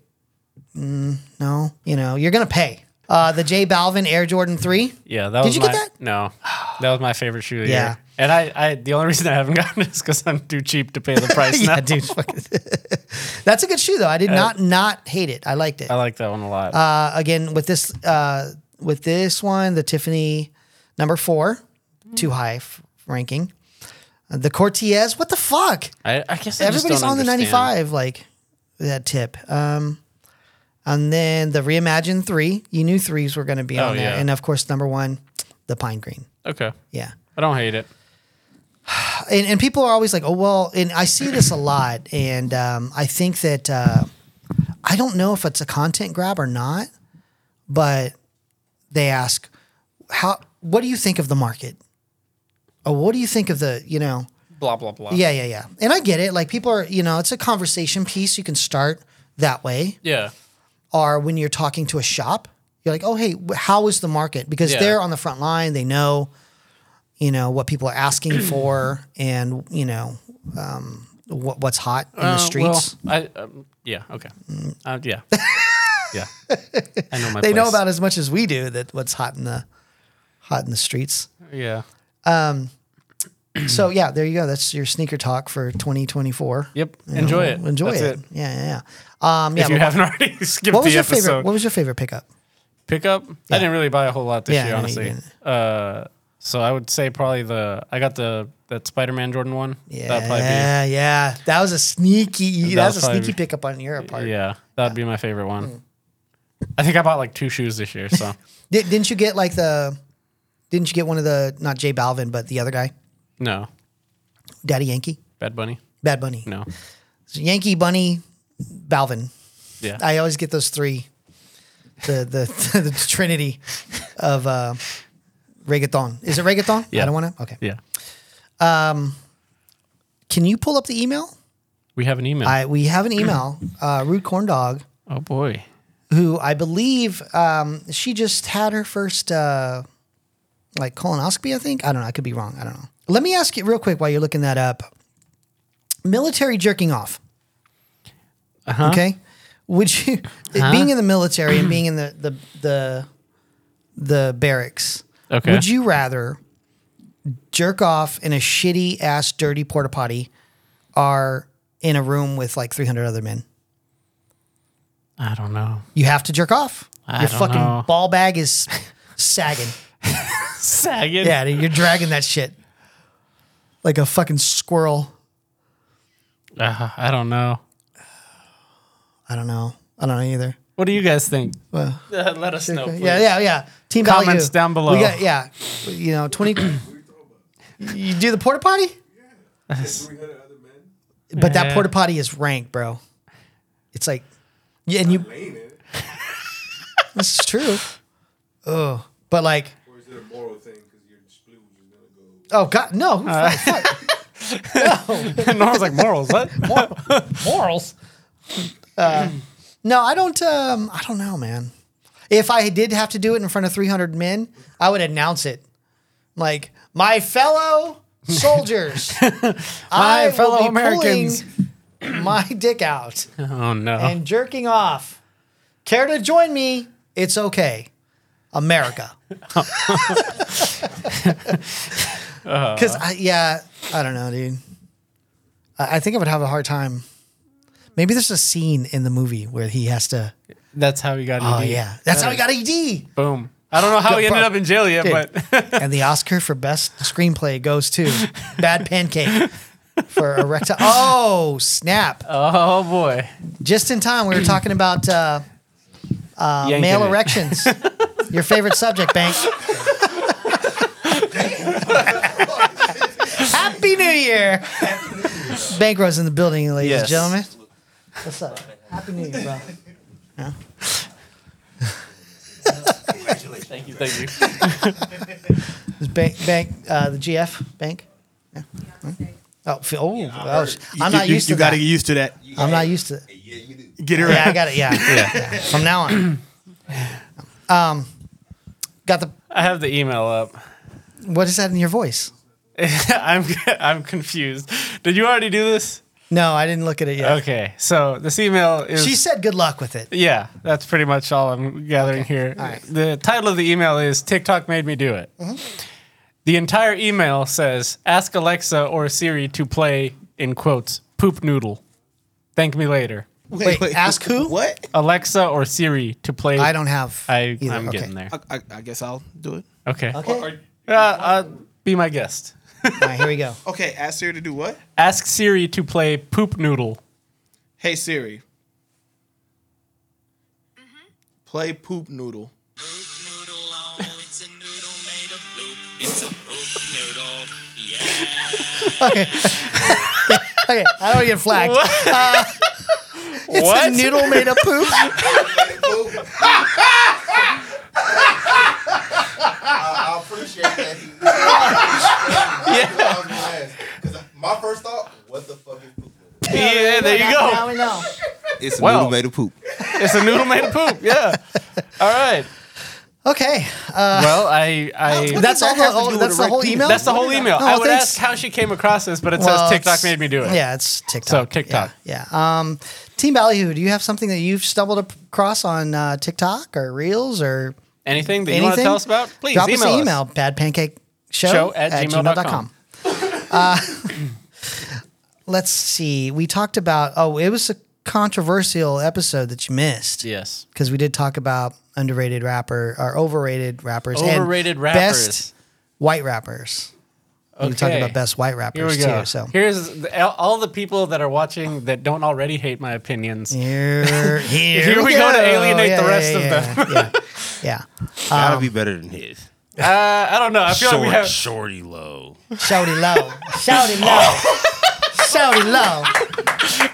mm, no, you know, you're gonna pay. Uh, the J Balvin Air Jordan Three.
Yeah, that
Did
was
you
my
get that?
no. That was my favorite shoe of the
Yeah.
year. And I, I the only reason I haven't gotten it is because I'm too cheap to pay the price now.
dude. fucking- That's a good shoe though. I did not not hate it. I liked it.
Uh, I like that one a lot.
Uh, again, with this uh, with this one, the Tiffany number four, too high f- ranking. Uh, The Cortez. What the fuck?
I, I guess I just
everybody's
don't
on the
understand.
95 like that tip um and then the reimagine three you knew threes were going to be
Oh,
on there
yeah.
and of course number one the pine green
Okay.
yeah
I don't hate it.
and, and people are always like oh well and i see this a lot and um, i think that uh, i don't know if it's a content grab or not but they ask how what do you think of the market or what do you think of the you know
Blah blah blah.
Yeah, yeah, yeah. And I get it. Like people are, you know, it's a conversation piece. You can start that way.
Yeah.
Or when you're talking to a shop, you're like, oh, hey, wh- how is the market? Because
Yeah.
they're on the front line. They know, you know, what people are asking for, and you know, um, what what's hot in
Uh,
the streets. Mm.
Well, I um, yeah okay. Uh, yeah. yeah. I know my.
they know
place.
about as much as we do that what's hot in the hot in the streets.
Yeah. Mm.
so yeah, there you go. That's your sneaker talk for 2024.
Yep.
You know,
Enjoy it.
Enjoy
That's
it. Yeah, yeah, yeah. Um, yeah.
If you
but
haven't already skipped
what was
the
your
episode,
favorite? What was your favorite pickup?
pickup. I didn't really buy a whole lot this
Yeah,
year,
no, you
honestly. Uh, so I would say probably the I got the that Spider Man Jordan one.
Yeah,
That'd probably
yeah, yeah. That was a sneaky. e- That,
That'll
was a
probably
sneaky
be-
pickup on your part.
be yeah, that'd be my favorite one.
Mm.
I think I bought like two shoes this year, so
Di- didn't you get like the? Didn't you get one of the not Jay Balvin but the other guy,
no.
Daddy Yankee,
Bad Bunny.
Bad Bunny,
No.
So Yankee Bunny, Balvin.
Yeah.
I always get those three, the the the trinity of uh, reggaeton. Is it reggaeton?
Yeah.
I don't want to. Okay.
yeah.
Can you pull up the email?
We have an email.
I we have an email. Uh, Rude corn dog.
oh boy.
who I believe um, she just had her first uh, like colonoscopy. I think I don't know. I could be wrong. I don't know. Let me ask you real quick while you're looking that up. Military jerking off. Okay. Would you being in the military and being in the the the, the barracks?
Okay.
Would you rather jerk off in a shitty ass dirty porta potty, or in a room with like 300 other men?
I don't know.
You have to jerk off.
I
your
don't
fucking
know.
ball bag is sagging.
Sagging.
yeah, dude, you're dragging that shit like a fucking squirrel.
Uh, I don't know.
I don't know. I don't know either.
What do you guys think?
Well,
Uh, let us know. please.
yeah, yeah, yeah. Team Valley
Comments
U.
down below.
We got yeah. You know, twenty. you do the porta potty, but that
Yeah.
porta potty is rank, bro. It's like, yeah, and you. this is true. Oh, but like.
Or is it a moral thing? Because your splooge is gonna go.
Oh God, no! fuck, fuck.
Norm's like morals. What?
morals. Uh, no, I don't. Um, I don't know, man. If I did have to do it in front of 300 men, I would announce it, like my fellow soldiers, I will
fellow
be
Americans."
pulling my dick out
Oh no.
and jerking off. Care to join me? It's okay. America. Because I yeah, I don't know, dude. I, I think I would have a hard time. Maybe there's a scene in the movie where he has to.
That's how he got.
Oh
ED.
yeah, that's how he got ED.
Boom. I don't know how he ended
Bro.
up in jail yet,
Dude.
but
and the Oscar for best screenplay goes to Bad Pancake for Erecta. Oh snap!
oh boy,
Just in time, we were talking about uh, uh,
Yanking
male
it.
erections. Your favorite subject, Bank. Happy New Year! Bank Rose in the building, ladies and
Yes.
gentlemen. What's up? Happy New Year, bro.
thank you, thank you.
Is Bank, bank uh, the GF Bank? Yeah. Oh, Phil, oh, oh, I'm not
you,
used
you,
to
You got
that.
to get used to that.
I'm not used to it.
Yeah, you do.
Get her
Yeah, I
out.
got it. Yeah. yeah. From now on. Um, got the.
I have the email up.
What is that in your voice?
I'm I'm confused. Did you already do this?
No, I didn't look at it yet.
Okay, so this email is.
She said good luck with it.
yeah, that's pretty much all I'm gathering here.
alright.
The title of the email is TikTok Made Me Do It.
Mm-hmm.
The entire email says Ask Alexa or Siri to play, in quotes, poop noodle. Thank me later.
Wait, ask who?
What?
Alexa or Siri to play.
I don't have.
I,
either.
I'm
Okay.
getting there.
I, I, I guess I'll do it.
Okay. okay.
Okay.
Uh, uh, be my guest.
All right, here we go.
Okay, ask Siri to do what?
Ask Siri to play poop noodle.
Hey Siri.
Mm-hmm.
Play poop noodle.
Okay. okay. I don't get flagged. Uh, it's
What?
a noodle made of poop.
I appreciate that. He yeah. Because my first thought, what the fuck is poop?
Yeah, there you
Now-
go.
Now we know.
It's
Well-
noodle made of poop.
It's a noodle made of poop. Yeah. All right.
Okay.
Well, I, I
Uh, That's all.
that have to do
The,
with
that's the whole
erecting?
email.
that's the whole email.
No,
I would
Oh, thanks.
ask how she came across this, but it
Well,
says TikTok
it's-
made me do it.
Yeah, it's TikTok.
So, TikTok.
Yeah. yeah. Um, Team Ballyhoo, do you have something that you've stumbled ap- across on uh, TikTok or Reels or
Anything that you
anything?
want to tell us about? Please
drop
email
us
us.
an email. Badpancake show,
Show at gmail.com.
Uh, let's see. We talked about. Oh, it was a controversial episode that you missed.
Yes.
Because we did talk about underrated rapper or overrated rappers. and
Overrated rappers.
Best white rappers. We talked
Okay.
about best white
Here
rappers
we go.
too. So.
Here's the, all- all the people that are watching that don't already hate my opinions.
Here, here,
Here we go to alienate the rest of
of them. Yeah,
Gotta be better than his.
Uh, I don't know. I feel
Short,
like we have.
shorty low.
yeah. Shouty low, shouty low, shouty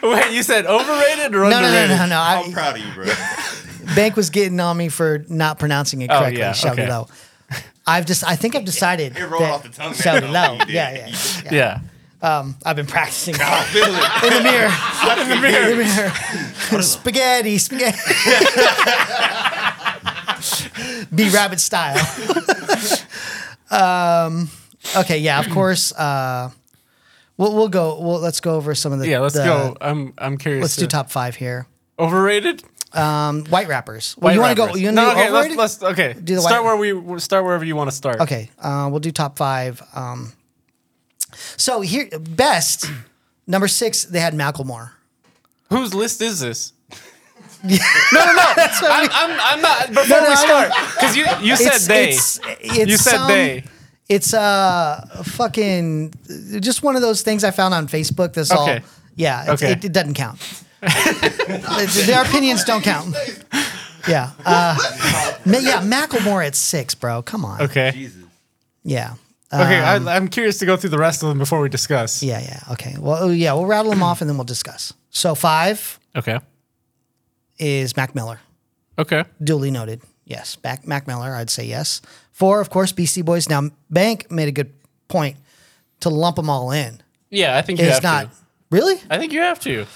low.
Wait, you said overrated or
No, no, no,
underrated?
no, no. I,
proud of you, bro.
Bank was getting on me for not pronouncing it correctly.
Oh, yeah,
Shouty
okay.
low. I've just, I think I've decided.
It rolled
that
off the tongue.
Shouty
man.
low.
You did.
Yeah, yeah, yeah.
Yeah.
I've been practicing in the mirror. in the mirror. In the mirror. spaghetti, spaghetti. Be rabbit style. um, okay, yeah, of course. Uh, we'll, we'll go. We'll, let's go over some of the.
Yeah, let's
the-
go. I'm I'm curious.
Let's do
to-
top five here.
Overrated?
White rappers. Well, you want to go?
rappers.
You want to
no,
do
okay,
overrated?
let's, let's okay.
the
start
white-
where we start wherever you want to start.
Okay, uh, we'll do top five. Um, so here, best number six, they had Macklemore.
Whose list is this? no, no, no. I'm, I'm, I'm not. Before
no,
we
I
start,
don't-
because you, you said
It's-
they.
it's- it's
you said
some-
they.
It's uh fucking just one of those things I found on Facebook. That's all.
Okay.
Yeah. It,
Okay.
it, it doesn't count. It's- Their opinions don't count. Yeah. Uh, Ma- yeah. Macklemore at six, bro. Come on.
Okay.
Yeah. Uh,
Okay. I, I'm curious to go through the rest of them before we discuss.
yeah. Yeah. Okay. Well. oh, Yeah. We'll rattle them off and then we'll discuss. So five
Okay.
is Mac Miller.
Okay.
Duly noted. Yes. Mac, Mac Miller, I'd say yes. Four, of course, BC Boys. Now, Bank made a good point to lump them all in.
Yeah, I think you
It's
have
not.
to.
Really?
I think you have to.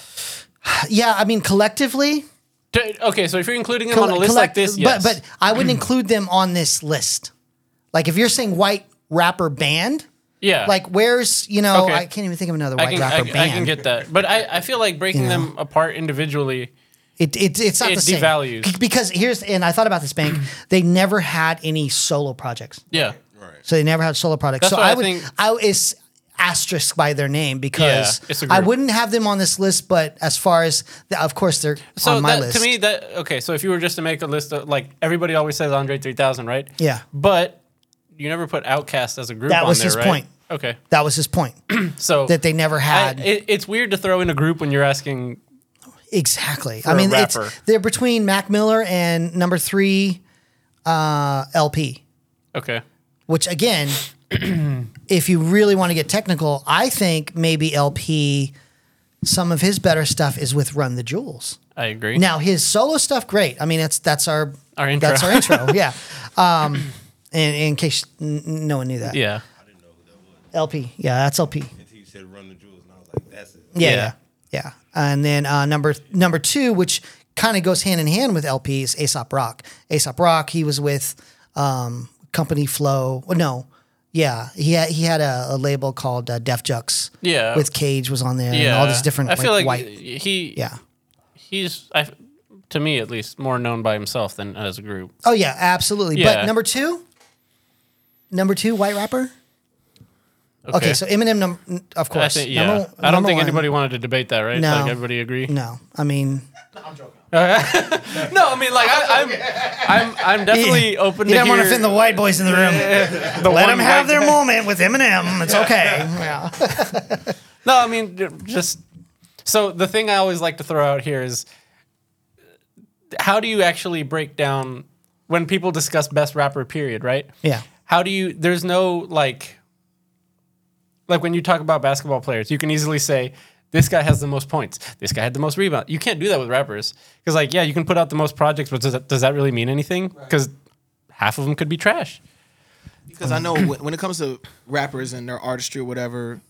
Yeah, I mean collectively,
D- Okay, so if you're including them on a
colle-
list like
collect-
this, yes.
But but I wouldn't include them on this list. Like if you're saying white rapper band,
yeah,
like where's you know
Okay.
I can't even think of another
I
white
can, I,
rapper
can-
band.
I can get that. But I, I feel like breaking
You know?
them apart individually
It, it it's not
It
the same.
devalues.
C- Because here's and I thought about this bank. they never had any solo projects,
Yeah.
so they never had solo products.
That's
So
why
I
I
would
think-
I is asterisk by their name because
it's a
I
group.
wouldn't have them on this list. But as far as the, of course they're
So
on my
that,
list.
to me, that okay. So if you were just to make a list of like everybody always says Andre three thousand, right?
Yeah.
But you never put Outcast as a group.
That
on
was
there,
his
right?
point.
Okay.
that was his point
So
that they never
I,
had.
it, it's weird to throw in a group when you're asking.
Exactly.
a
I mean, it's
rapper.
they're between Mac Miller and number three uh, LP,
Okay.
which again, if you really want to get technical, I think maybe LP, some of his better stuff is with Run the Jewels.
I agree.
Now his solo stuff, great. I mean, that's that's our
Our intro.
That's our intro. yeah. Um, in, in case n- n- no one knew that.
yeah.
LP. Yeah, that's LP.
He said run the jewels, and I was like, that's it.
Yeah,
Yeah.
yeah, yeah. And then uh, number number two, which kind of goes hand in hand with LP, is Aesop Rock. Aesop Rock. He was with um, Company Flow. well, No, yeah, he had, he had a, a label called uh, Def Jux.
Yeah.
with Cage was on there. and
Yeah.
all these different.
I feel like
white.
he.
Yeah.
He's I, to me at least more known by himself than as a group.
Oh yeah, absolutely.
Yeah.
But number two, number two, white rapper.
Okay.
Oh, Okay, so Eminem, num- of
I
course.
think, yeah.
Number-
I don't
number
think
one.
anybody wanted to debate that, right?
No.
Like everybody agree.
No, I mean,
No, I mean like I, I'm, I'm, I'm definitely open
you
to
don't want to
hear
offend the white boys in the room.
the
Let
one
them have
white
their moment with Eminem. It's okay. Yeah.
No, I mean d- just so the thing I always like to throw out here is how do you actually break down when people discuss best rapper period, right?
Yeah.
How do you there's no like like when you talk about basketball players, you can easily say this guy has the most points. This guy had the most rebounds. You can't do that with rappers because like yeah, you can put out the most projects, but does that, does that really mean anything? Cuz half of them could be trash.
because I know when, when it comes to rappers and their artistry or whatever,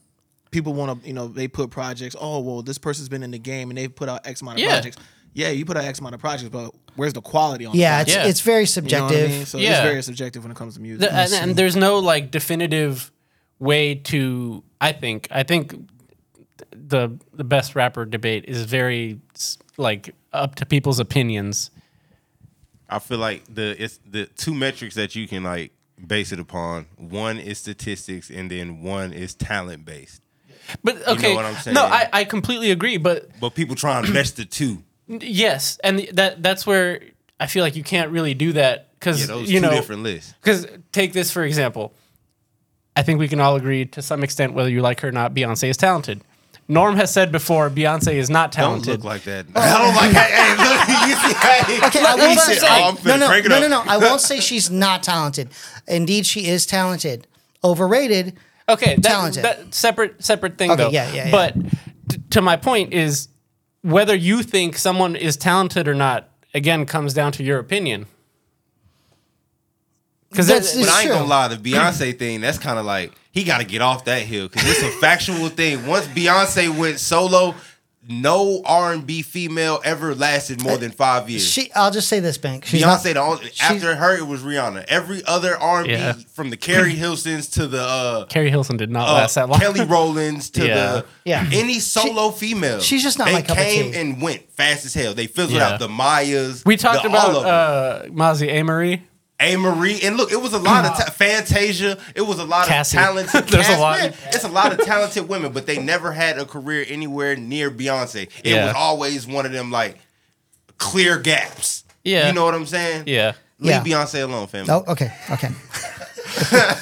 people want to, you know, they put projects. Oh, well, this person's been in the game and they've put out X amount of
Yeah.
projects. Yeah, you put out X amount of projects, but where's the quality on?
Yeah,
the
it's,
project?
Yeah.
it's very
You know what I
subjective.
mean? So
Yeah.
it's very subjective when it comes to music.
The- uh, and, and there's no like definitive way to. I think. I think th- the the best rapper debate is very s- like up to people's opinions.
I feel like the it's the two metrics that you can like base it upon. One is statistics, and then one is talent based.
But okay,
what I'm saying?
no, I, I completely agree. But
But people try and mesh the two.
n- yes, and th- that that's where I feel like you can't really do that
Yeah,
because
those
you
two
know
different lists.
because take this for example. I think we can all agree to some extent whether you like her or not. Beyonce is talented. Norm has said before, Beyonce is not
Don't
talented.
look like that. I don't like that. Oh Hey, look, you see, hey.
Okay, I won't
said,
say,
"Oh, I'm finna
no, no,
crank it
no,
up."
no, no. I won't say she's not talented. Indeed, she is talented. Overrated.
Okay, that,
Talented.
that separate separate thing
Okay,
though.
yeah, yeah, yeah.
But t- to my point is whether you think someone is talented or not again comes down to your opinion. Because
That's-
But I ain't
Sure.
gonna lie, the Beyonce thing, that's kind of like he got to get off that hill because it's a factual thing. Once Beyonce went solo, no R and B female ever lasted more than five years.
She. I'll just say this, Bank. She's not-
Beyonce, the only, after her, it was Rihanna. Every other R and
Yeah.
B, from the Carrie Hilsons to the uh,
Carrie Hilson did not
uh,
last that long.
Kelly Rowlands to
Yeah.
the
Yeah.
any solo female,
she's just not
They
my cup of
came
tea.
and went fast as hell. They fizzled
Yeah.
out the Mayas.
we talked
the, all
about
of them.
uh, Mozzie Amory.
A Marie, and look, it was a lot of ta- Fantasia. It was a lot
Cassie.
of talented.
There's a
Cass-
lot.
man, it's a lot of talented women, but they never had a career anywhere near Beyonce. It
Yeah.
was always one of them like clear gaps.
Yeah.
you know what I'm saying.
Yeah.
leave
Yeah.
Beyonce alone, family.
Oh, okay, okay.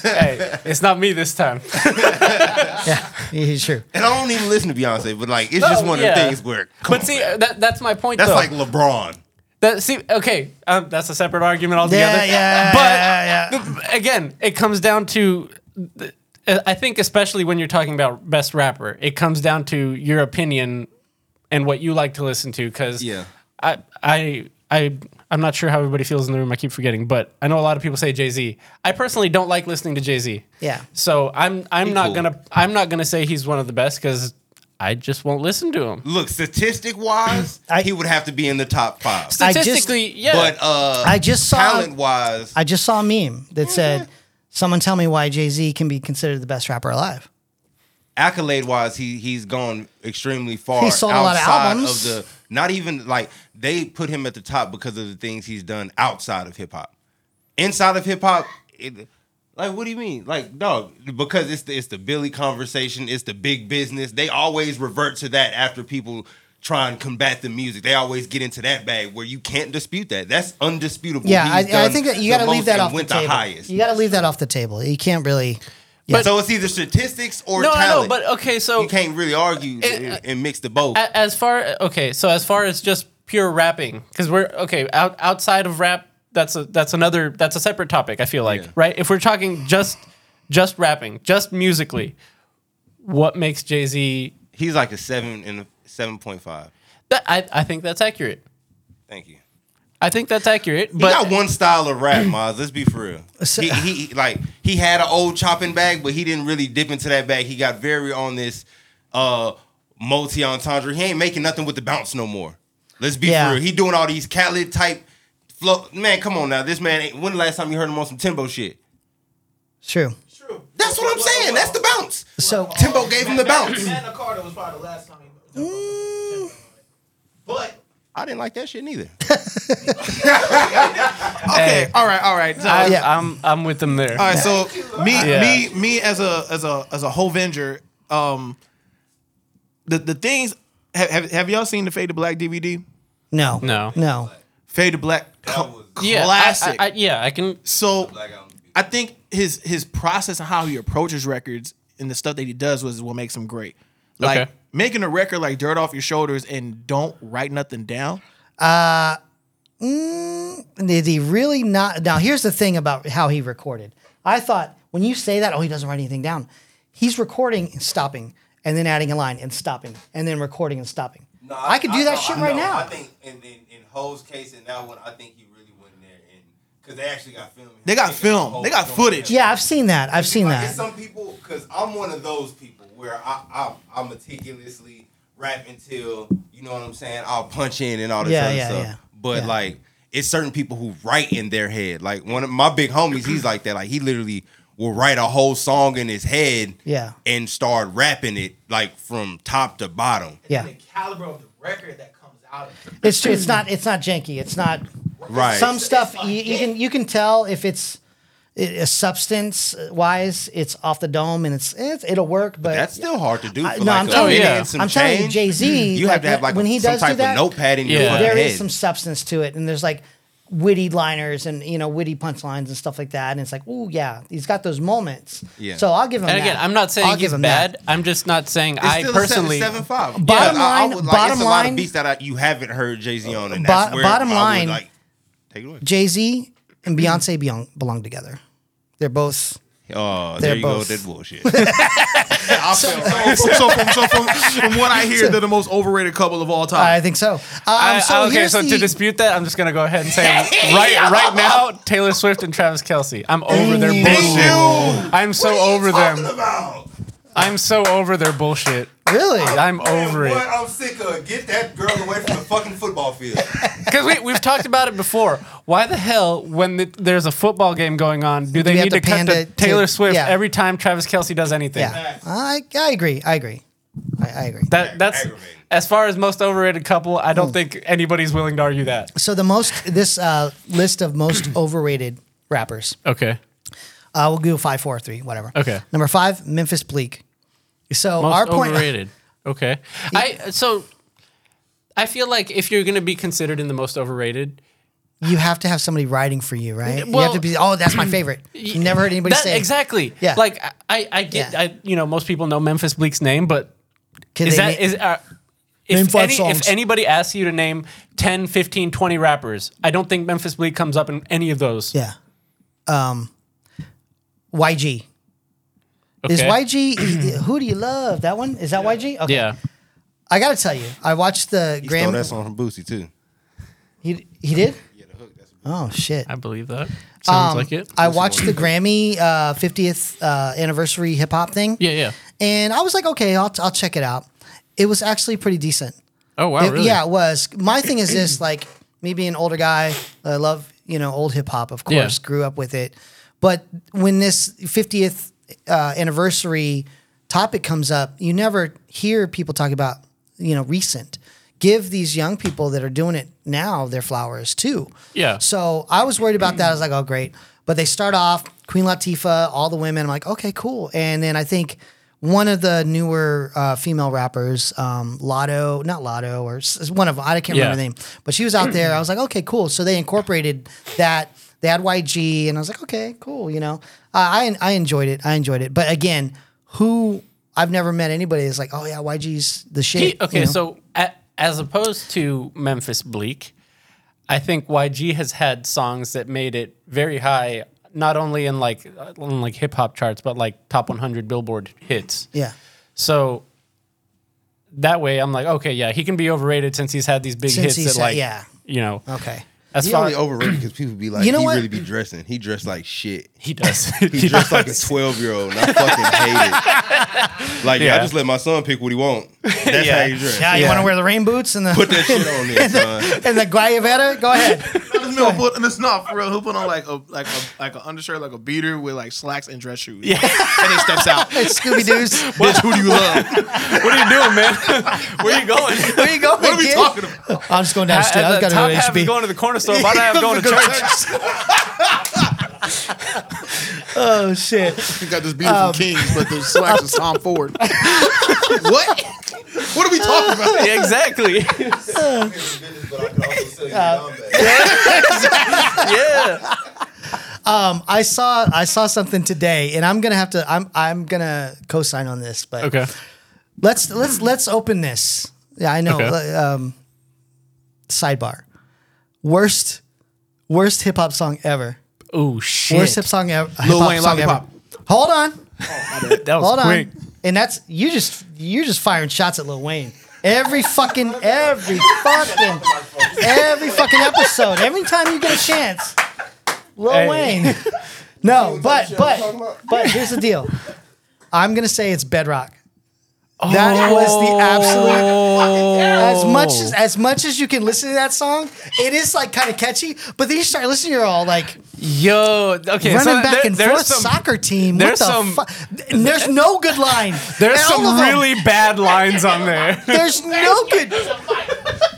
hey, it's not me this time.
Yeah, he's true.
And I don't even listen to Beyonce, but like it's
No,
just one
yeah.
of the things where. come
but
on,
see,
man.
uh, that, that's my point
that's
though.
like LeBron.
That see, okay, um, that's a separate argument
Yeah,
altogether.
yeah,
but
yeah,
th- again, it comes down to, th- I think, especially when you're talking about best rapper, it comes down to your opinion and what you like to listen to. Because
Yeah.
I, I, I, I'm not sure how everybody feels in the room. I keep forgetting, but I know a lot of people say Jay Z. I personally don't like listening to Jay Z.
Yeah.
So I'm, I'm not
cool.
gonna, I'm not gonna say he's one of the best because I just won't listen to him.
Look, statistic wise,
I-
he would have to be in the top five.
I just-
Statistically, yeah.
But uh,
I just saw.
talent wise,
I just saw a meme that said, "Someone tell me why Jay Z can be considered the best rapper alive."
accolade wise, he he's gone extremely far
He sold a lot of
outside
albums.
the not even like they put him at the top because of the things he's done outside of hip hop. Inside of hip hop, it- like what do you mean? Like dog, because it's the it's the Billy conversation, it's the big business. They always revert to that after people try and combat the music. They always get into that bag where you can't dispute that. That's undisputable.
Yeah,
He's
I, I
done
think that you
the
got to leave
most
that
and
off the
went
table.
The highest.
You got to leave that off the table. You can't really.
so it's either statistics or
no, I
talent.
know, but okay, so uh,
you can't really argue and, and mix the both.
A- as far okay so as far as just pure rapping because we're okay out, outside of rap that's a that's another that's a separate topic i feel like
Yeah.
right if we're talking just just rapping just musically what makes jay-z
He's like a seven and a seven point five.
that i, I think that's accurate
Thank you.
i think that's accurate
But,
but
got one style of rap, Miles. Let's be for real.
So-
He, he like he had an old chopping bag, but he didn't really dip into that bag. He got very on this uh multi entendre. He ain't making nothing with the bounce no more. Let's be
Yeah.
for real. He doing all these Khaled type flow. Man, come on now. This man. Ain't, when the last time you heard him on some Timbo shit?
It's true.
That's what I'm saying. That's the bounce.
So
Timbo gave him the bounce.
Magna Carta was probably the last time. he-
Mm.
But
I didn't like that shit neither.
okay, all right, all right. So,
I,
Yeah.
I'm I'm with them there.
All right, so me,
Yeah.
me, me as a as a as a whole venger, um, the the things have, have have y'all seen the Fade to Black DVD?
no,
No.
no.
Fade to Black,
That was
yeah, I-
classic.
I, I, yeah, I can.
so
black out.
I think his his process and how he approaches records and the stuff that he does was what makes him great. Like
Okay.
making a record like dirt off your shoulders and don't write nothing down.
Did he really not? Now, here's the thing about how he recorded. I thought when you say that, oh, he doesn't write anything down. He's recording and stopping, and then adding a line and stopping, and then recording and stopping. I, could do that
no,
shit
I-
right
no,
now.
I think in, in, in Ho's case and that one, I think he really went in there and because they actually got film.
They got film. They got footage.
yeah, I've seen that. I've seen
like, It's
that.
some people because I'm one of those people where I I, I meticulously rap until you know what I'm saying. I'll punch in and all this
Yeah,
other
yeah,
stuff.
yeah.
But
Yeah.
like it's certain people who write in their head. Like one of my big homies, he's like that. Like he literally will write a whole song in his head.
Yeah.
And start rapping it like from top to bottom.
Yeah,
caliber of the record that comes out.
it's true.
Hmm.
It's not. It's not janky. It's not.
Right.
Some stuff you, you can you can tell if it's i- substance uh, wise, it's off the dome and it's, it's it'll work. But
That's still hard to do. For
I-
like
no, I'm
a
telling
minute
you,
and some
I'm telling you,
change.
Jay Z.
You have to have like
when
a,
he
some
does
type
do that,
of notepad in your
Yeah.
fucking
there
head.
is some substance to it, and there's like witty liners and you know witty punchlines and stuff like that. And it's like, oh yeah, he's got those moments.
Yeah.
So I'll give him.
And
that.
again, I'm not saying
I'll
he's
give him
bad.
That.
I'm just not saying
It's
I
still
personally.
a seven, seven five.
Bottom
Yeah, I- I
line-
would
bottom
it's a lot
line-
of beats that I, you haven't heard Jay Z on, and
Bo-
that's where
bottom
I would,
line-
like, take it away.
Jay Z and Beyonce belong, belong together. They're both.
Oh,
They're
there you go
both-
with that bullshit. I feel like-
so, so from, so from, from what I hear, they're the most overrated couple of all time.
I think so. Um,
I-
so
okay,
here's
so to
the-
dispute that, I'm just gonna go ahead and say right right now, Taylor Swift and Travis Kelsey. I'm over their
Thank
bullshit.
you.
I'm so
What are you
over
talking
them.
about?
I'm so over their bullshit.
really.
I'm over
Boy,
it
I'm sick of. Get that girl away from the fucking football field.
because we we've talked about it before. Why the hell, when the, there's a football game going on, do they
you have
need
to
to cut
pan
to
to-
Taylor
to-
Swift
yeah.
every time Travis Kelsey does anything?
Yeah, I, I agree. I agree. I, I agree.
That that's
Aggravating.
as far as most overrated couple. I
Hmm.
don't think anybody's willing to argue that.
so the most this uh, list of most overrated rappers.
Okay.
Uh, we'll do five, four, three, whatever.
Okay.
Number five, Memphis Bleak. So our point.
okay. I so I feel like if you're going to be considered in the most overrated,
you have to have somebody writing for you, right? you have
well-
to be. Oh, that's my favorite. You never heard anybody
that,
say it.
exactly.
Yeah.
Like I- I I get
Yeah.
I you know most people know Memphis Bleak's name, but
Can
is
they
that
na-
is uh, if,
Name five
any,
songs.
if anybody asks you to name 10, 15, 20 rappers, I don't think Memphis Bleak comes up in any of those.
yeah. Um, YG is
Okay?
YG. who do you love? That one is that YG? Okay.
Yeah.
I gotta tell you, I watched the
He stole
Graham.
that song from Boosie too.
He he did.
Yeah, the hook. That's
Oh shit.
I believe that. Sounds
Um,
like it.
I watched the Grammy uh, 50th uh, anniversary hip hop thing.
yeah, yeah.
And I was like, okay, I'll, I'll check it out. It was actually pretty decent.
Oh wow,
It- Yeah, it was. My thing is this: like me being an older guy, I love you know old hip hop. Of course,
Yeah.
grew up with it. But when this 50th uh, anniversary topic comes up, you never hear people talk about, you know, recent. Give these young people that are doing it now their flowers too.
Yeah.
So I was worried about that. I was like, oh, great. But they start off Queen Latifah, all the women. I'm like, okay, cool. And then I think one of the newer uh, female rappers, um, Lotto, not Lotto, or s- s- one of 'em, I can't remember the
Yeah.
name, but she was out there. I was like, okay, cool. So they incorporated that. They had YG, and I was like, okay, cool. You know, uh, I I enjoyed it. I enjoyed it. But again, who I've never met anybody that's like, oh yeah, YG's the shit.
He- okay,
you know?
so a as opposed to Memphis Bleak, I think YG has had songs that made it very high, not only in like uh, in like hip hop charts, but like top 100 Billboard hits.
yeah,
So that way, I'm like, okay, yeah, he can be overrated since he's had these big
Since
hits
he's
that
had-
like,
yeah.
you know,
okay,
as
He
far
only overrated because people be like,
You know
he
what?
really be dressing. He dressed like shit.
he does,
He dressed like a twelve year old, and I fucking hate it. Like, yeah.
Yeah.
I just let my son pick what he want. That's how you dress.
yeah. You want to wear the rain boots and the
Put that shit on there, son.
and the guayavera? Go ahead.
No, but it's not for real. Who put on like a like a like an undershirt, like a beater with like slacks and dress shoes? Yeah, and he steps out.
Scooby Doo's.
Bitch, who do you love?
what are you doing, man? Where are you going?
Where you going? What are we talking about? I'm just going down the street. I was
the
going
top
to
half
go to
is
HB.
going to the corner store. Why do I have going to church?
Oh shit!
You got this beater
Um,
from Kings, but the slacks is Tom Ford. what? What are we talking about?
Yeah, exactly.
but I can also sell you
Uh,
Bombay.
Yeah.
Um, I saw I saw something today, and I'm gonna have to. I'm I'm gonna co-sign on this, but
Okay.
let's let's let's open this. Yeah, I know.
Okay.
Uh, Um, sidebar: worst worst hip hop song ever.
Oh shit.
Worst hip song ever.
Lil
hip-hop
Wayne
song ever.
Lollipop.
Hold on,
That was
hold
quick.
on. And that's you just you're just firing shots at Lil Wayne. Every fucking every fucking every fucking episode. Every time you get a chance, Lil
Hey.
Wayne. No, but but but here's the deal. I'm gonna say it's Bedrock. That was the absolute. As
Oh.
much as as much as you can listen to that song, it is like kind of catchy. But then you start listening, you're all like
Yo, okay.
running
so
back
there-
and
there's
forth
some-
soccer team.
there's
what the
some-
fu- There's no good line.
There's
All of
some
'em.
really bad lines on there.
There's no good.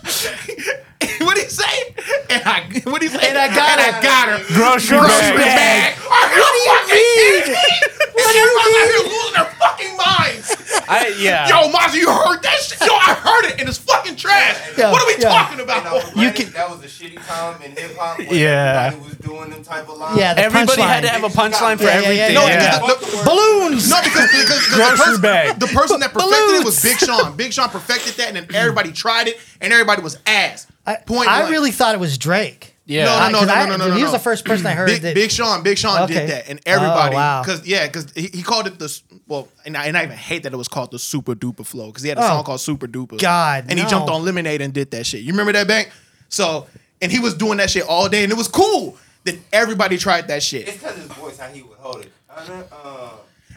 what did he say? And I what did he say?
And I got
and I
it.
got her.
Grocery bag.
What do you mean? What do you mean? losing their fucking minds.
I, yeah.
Yo, Mazi, you heard that shit? Yo, I heard it, and it's fucking trash.
Yeah,
what are we
yeah.
talking
And I
about?
was ready,
can-
that was a shitty time in hip hop. when
Yeah.
everybody was doing them type of lines.
Yeah, the
Everybody had
punchline.
to have a punchline for
Yeah, yeah, yeah, yeah,
everything.
No,
yeah.
the- the- the-
balloons.
No, because, because, because
Grocery
the, person,
bag.
the person that perfected it was Big Sean. Big Sean perfected that, and then everybody tried it, and everybody was ass. Point
I
blank.
really thought it was Drake.
Yeah.
No,
I-
no, no,
Uh, 'cause
no,
I-
no, no, no,
He was
no.
the first person I heard.
Big,
that,
Big Sean, Big Sean
Okay.
did that, and everybody,
Oh, wow.
because yeah, because he, he called it the s- well, and I, and I even hate that it was called the Super Duper Flow because he had a
Oh,
song called Super Duper.
God,
and
no.
he jumped on Lemonade and did that shit. You remember that bank? So, and he was doing that shit all day, and it was cool. Then everybody tried that shit.
It's because his voice, how he would hold it. I don't, uh,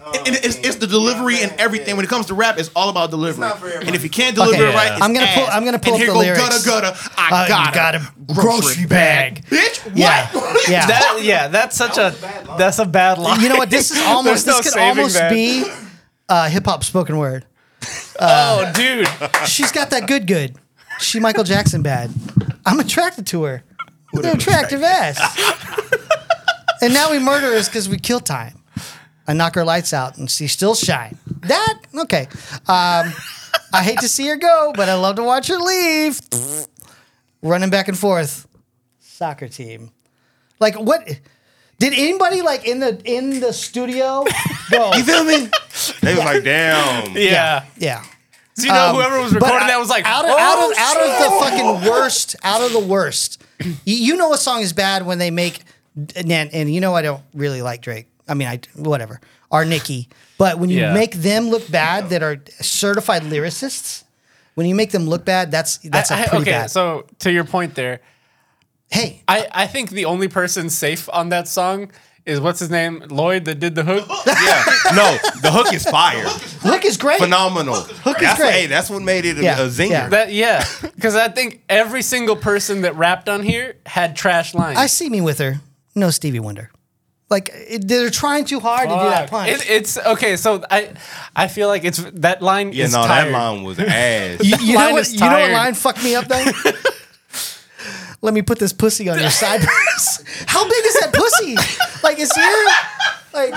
uh,
And it's, it's the delivery and everything. When it comes to rap, it's all about delivery.
not for everybody.
And if you can't deliver
Okay.
it right, it's
I'm gonna pull-
ass.
I'm gonna pull
and
up
here
the
go
lyrics.
Gutta gutta. I
I
got,
got
a
a grocery bag.
bitch. What?
Yeah. Yeah.
That, yeah, that's such
That was a
a,
bad line.
that's a bad line.
You know what? This is almost.
There's
this could
no saving
almost
that.
be uh, hip hop spoken word. Uh,
Oh, dude.
She's got that good good. She Michael Jackson bad. I'm attracted to her. With an attractive ass. and now we murder us because we kill time. I knock her lights out and she still shine. That okay. Um, I hate to see her go, but I love to watch her leave. Running back and forth. Soccer team. Like what did anybody like in the in the studio go?
You feel me? They was like, damn.
Yeah.
yeah.
So, you know,
Um,
whoever was
but
recording
I-
that was like,
out of,
oh,
out of out of the fucking worst, out of the worst. Y- You know a song is bad when they make and and you know I don't really like Drake. I mean I whatever or Nicki, but when you
Yeah.
make them look bad that are certified lyricists, when you make them look bad, that's that's a
I- I-
pretty
okay,
bad.
so to your point there,
hey,
I, I think the only person safe on that song is what's his name? Lloyd that did the hook.
Yeah. No, the hook is fire.
look is great.
Phenomenal. Hook
is
that's,
great.
Hey, that's what made it a,
Yeah,
a zinger.
yeah.
That yeah, because I think every single person that rapped on here had trash lines.
I see me with her. No Stevie Wonder. Like it, they're trying too hard to do that
Fuck.
punch.
It- it's okay. So I, I feel like it's that line
Yeah,
is
no,
tired.
that line was ass.
you, you know
line
what?
is
You know what
tired.
line fucked me up though. Let me put this pussy on your sideburns. How big is that pussy? Like it's here. Like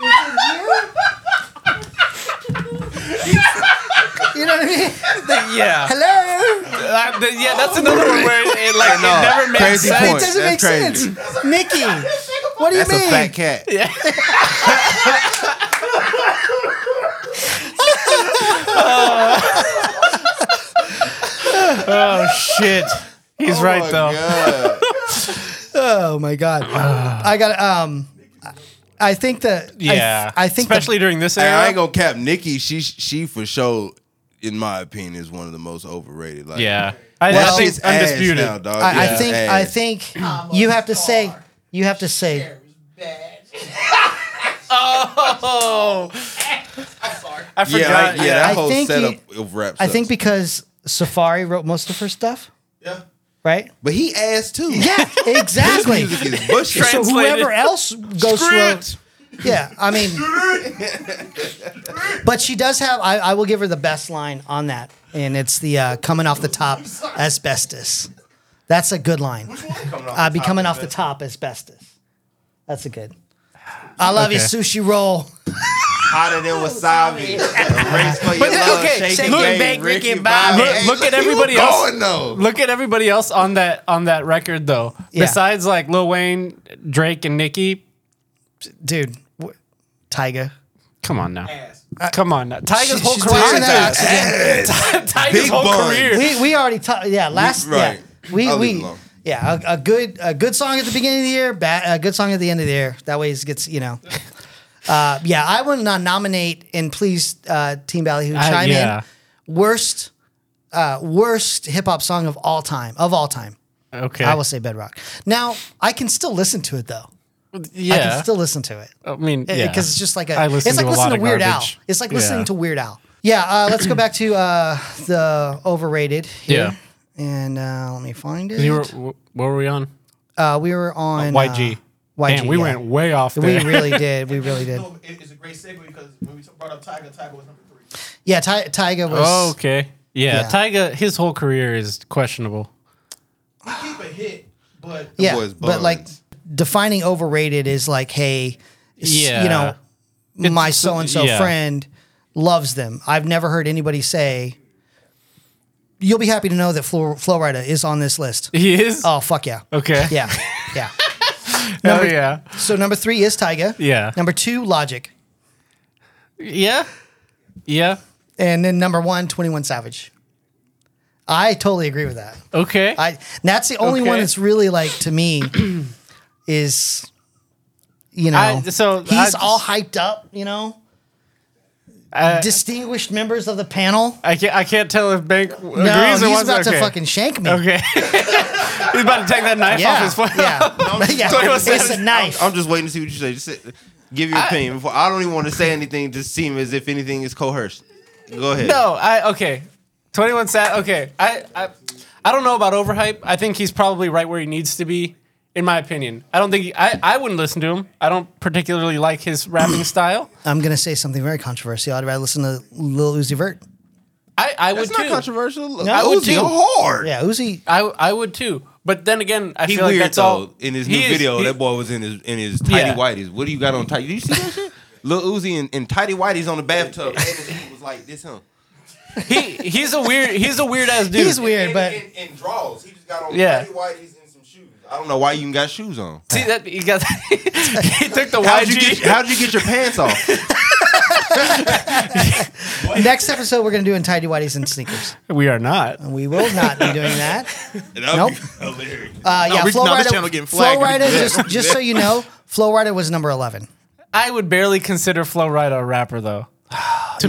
it's in here. You know what I mean?
Yeah,
Hello.
That- that- yeah, that's another one where it, it, like
No,
it never makes
crazy
sense.
It
point.
doesn't
That's
make
crazy.
sense, Nikki. What do
That's
you
a
mean?
fat cat.
Oh shit, he's right though.
Oh God.
Oh my god. I got um. I think that
Yeah,
I, I think the-
especially during this
Hey,
era.
I ain't gonna cap Nikki. She she for sure, in my opinion, is one of the most overrated. Like,
yeah, I,
That
I think
shit's
it's
ass
undisputed.
now, dog.
I, I
Yeah,
think
ass.
I think you have to say you have to say
I
Yeah,
forgot.
like, yeah, that
I
whole
think
setup of wraps.
I
up.
think because Safari wrote most of her stuff,
Yeah.
right?
but he ass too.
Yeah, exactly.
His music is bushy.
so
Translated.
whoever else goes wrote, yeah. I mean, but she does have. I, I will give her the best line on that, and it's the uh, coming off the top asbestos. That's a good line. Uh, be coming off the top asbestos. That's a good. I love you,
Okay.
sushi roll.
hotter than wasabi. Race for your
But
love,
okay,
shake
shake
and
it,
bake,
bake,
Ricky
Ricky Bobby. Look-
Hey,
look at
where you
everybody else.
Going though.
Look at everybody else on that on that record though.
Yeah.
Besides like Lil Wayne, Drake, and Nicki.
dude. Wh- Tyga.
Come on now. Come on now.
She-
Tiger's whole
she's
career.
doing that
is that. Tiger's
Big
whole
bun.
career.
We we already talked. Yeah, last
Right.
yeah we
I'll leave it
we
alone.
yeah a, a good a good song at the beginning of the year, bad a good song at the end of the year. That way it gets you know. Uh, yeah, I would not nominate and please uh, Team Ballyhoo
I-
chime
yeah.
in worst uh, worst hip hop song of all time of all time.
Okay.
I will say Bedrock. Now I can still listen to it though. I
yeah.
can still listen to it.
I mean,
because
yeah.
Uh, it's just like a.
I listen
it's like
to a
listening
lot
to
of
Weird
garbage.
Al. It's like listening
Yeah.
to Weird Al. Yeah, uh, let's go back to uh, the overrated.
Yeah.
Here. And uh, let me find it.
You were, Oh, wh- what were we on?
uh, we were on
YG.
Uh, YG.
Man, we
yeah.
went way off there.
We really did. We really did.
So it- it's a great segue because when we brought up Tiger, Tiger was number three.
Yeah, Ty- Tyga was.
oh, okay. Yeah,
Yeah.
Tyga, his whole career is questionable.
We keep a hit, but
yeah,
boys
but like
buns.
defining overrated is like, hey, s- you know, my so and so
yeah.
friend loves them. I've never heard anybody say. You'll be happy to know that Flo, Flo Rida is on this list.
He is?
Oh fuck yeah.
okay.
Yeah. Yeah.
Hell yeah.
So number three is Tyga.
Yeah.
Number two, Logic.
Yeah. Yeah.
And then number one, 21 Savage. I totally agree with that.
Okay.
I and that's the only
Okay.
one that's really like to me is you know
I- so
he's
I just-
all hyped up, you know.
I-
Distinguished members of the panel.
I can't. I can't tell if Bank agrees
No,
or
he's
wants
about to
okay.
fucking shank me.
Okay. he's about to take that knife off
Yeah,
his foot.
yeah, yeah.
21
It's a
Savage.
knife.
I'm just waiting to see what you say. Just sit, give your opinion before. I don't even want to say anything to seem as if anything is coerced. Go ahead.
No, I okay. Twenty one sat okay. I, I I don't know about overhype. I think he's probably right where he needs to be, in my opinion. I don't think he, I I wouldn't listen to him. I don't particularly like his rapping style.
I'm gonna say something very controversial. I'd rather listen to Lil Uzi Vert.
I I
That's
would
not
too.
controversial. No,
I would
Uzi
too.
hard.
Yeah, Uzi.
I I would too. But then again, I
He
feel
weird
like that's
though.
all
In his
he
new
is-
video,
he-
that boy was in his in his tidy
Yeah.
whities. What do you got on tidy? Did you see that shit? Lil Uzi and, and tidy whities on the bathtub. and he was like this, huh?
he he's a weird he's a weird ass dude.
He's weird,
in,
but
in, in draws, he just got on
Yeah.
tidy whities and some shoes. I don't know why you even got shoes on.
See that he got he took the
How'd
YG.
you get How'd you get your pants off?
Next episode, we're going to do in tidy whities and sneakers.
we are not.
We will not be doing that. Nope.
Hilarious.
Uh, yeah,
we-
Flow
no, this
Rider-
channel getting
Flow
flagged.
Rider, just, just so you know, Flow Rider was number 11.
I would barely consider Flo Rida a rapper though. To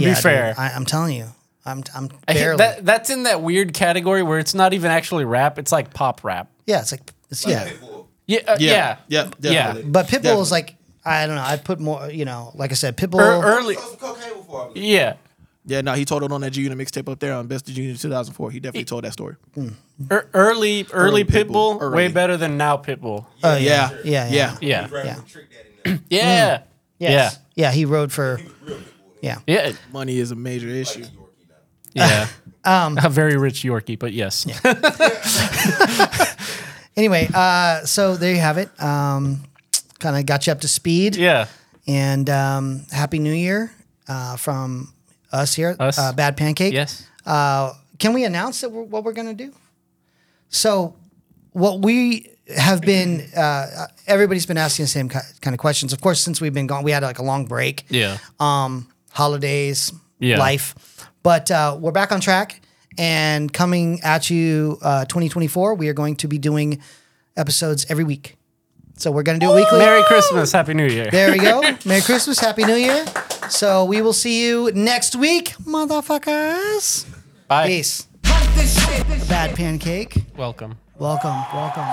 Yeah,
be
dude,
fair.
I, I'm telling you. I'm, I'm
I hate-
barely.
That, that's in that weird category where it's not even actually rap; it's like pop rap.
yeah, it's like, it's, yeah.
Yeah, uh, yeah,
Yeah. Yep, definitely. Er,
But Pitbull is like, I don't know. I put more, you know, like I said, Pitbull.
Ear- Er, early,
Some cocaine before I was-
yeah.
Yeah, no, he told it on that G Unit mixtape up there on Best of Junior 2004. He definitely told that story.
Er- early, early
Early Pitbull,
Pitbull, way
early.
better than now Pitbull.
Oh
Yeah.
yeah, yeah,
Yeah.
Yeah,
Yeah.
Trick Daddy now.
yeah,
Yes. yeah. He rode for
yeah,
Money is a major issue.
Yorkie now.
yeah. um, a very rich Yorkie, but yes,
anyway. Uh, so there you have it. Um, kind of got you up to speed.
yeah.
And um, happy New Year uh, from us here, at
Us.
Uh, Bad Pancake.
Yes.
Uh, can we announce that we're, what we're going to do? So, what we have been, uh, everybody's been asking the same kind of questions. Of course, since we've been gone, we had like a long break.
Yeah.
Um, holidays,
Yeah.
life, but uh, we're back on track. And coming at you, uh, 2024, we are going to be doing episodes every week. So we're going to do it weekly.
Merry Christmas, Happy New Year.
There we go. Merry Christmas. Happy New Year. So we will see you next week, motherfuckers.
Bye.
Peace. Bad pancake.
Welcome.
Welcome. Welcome.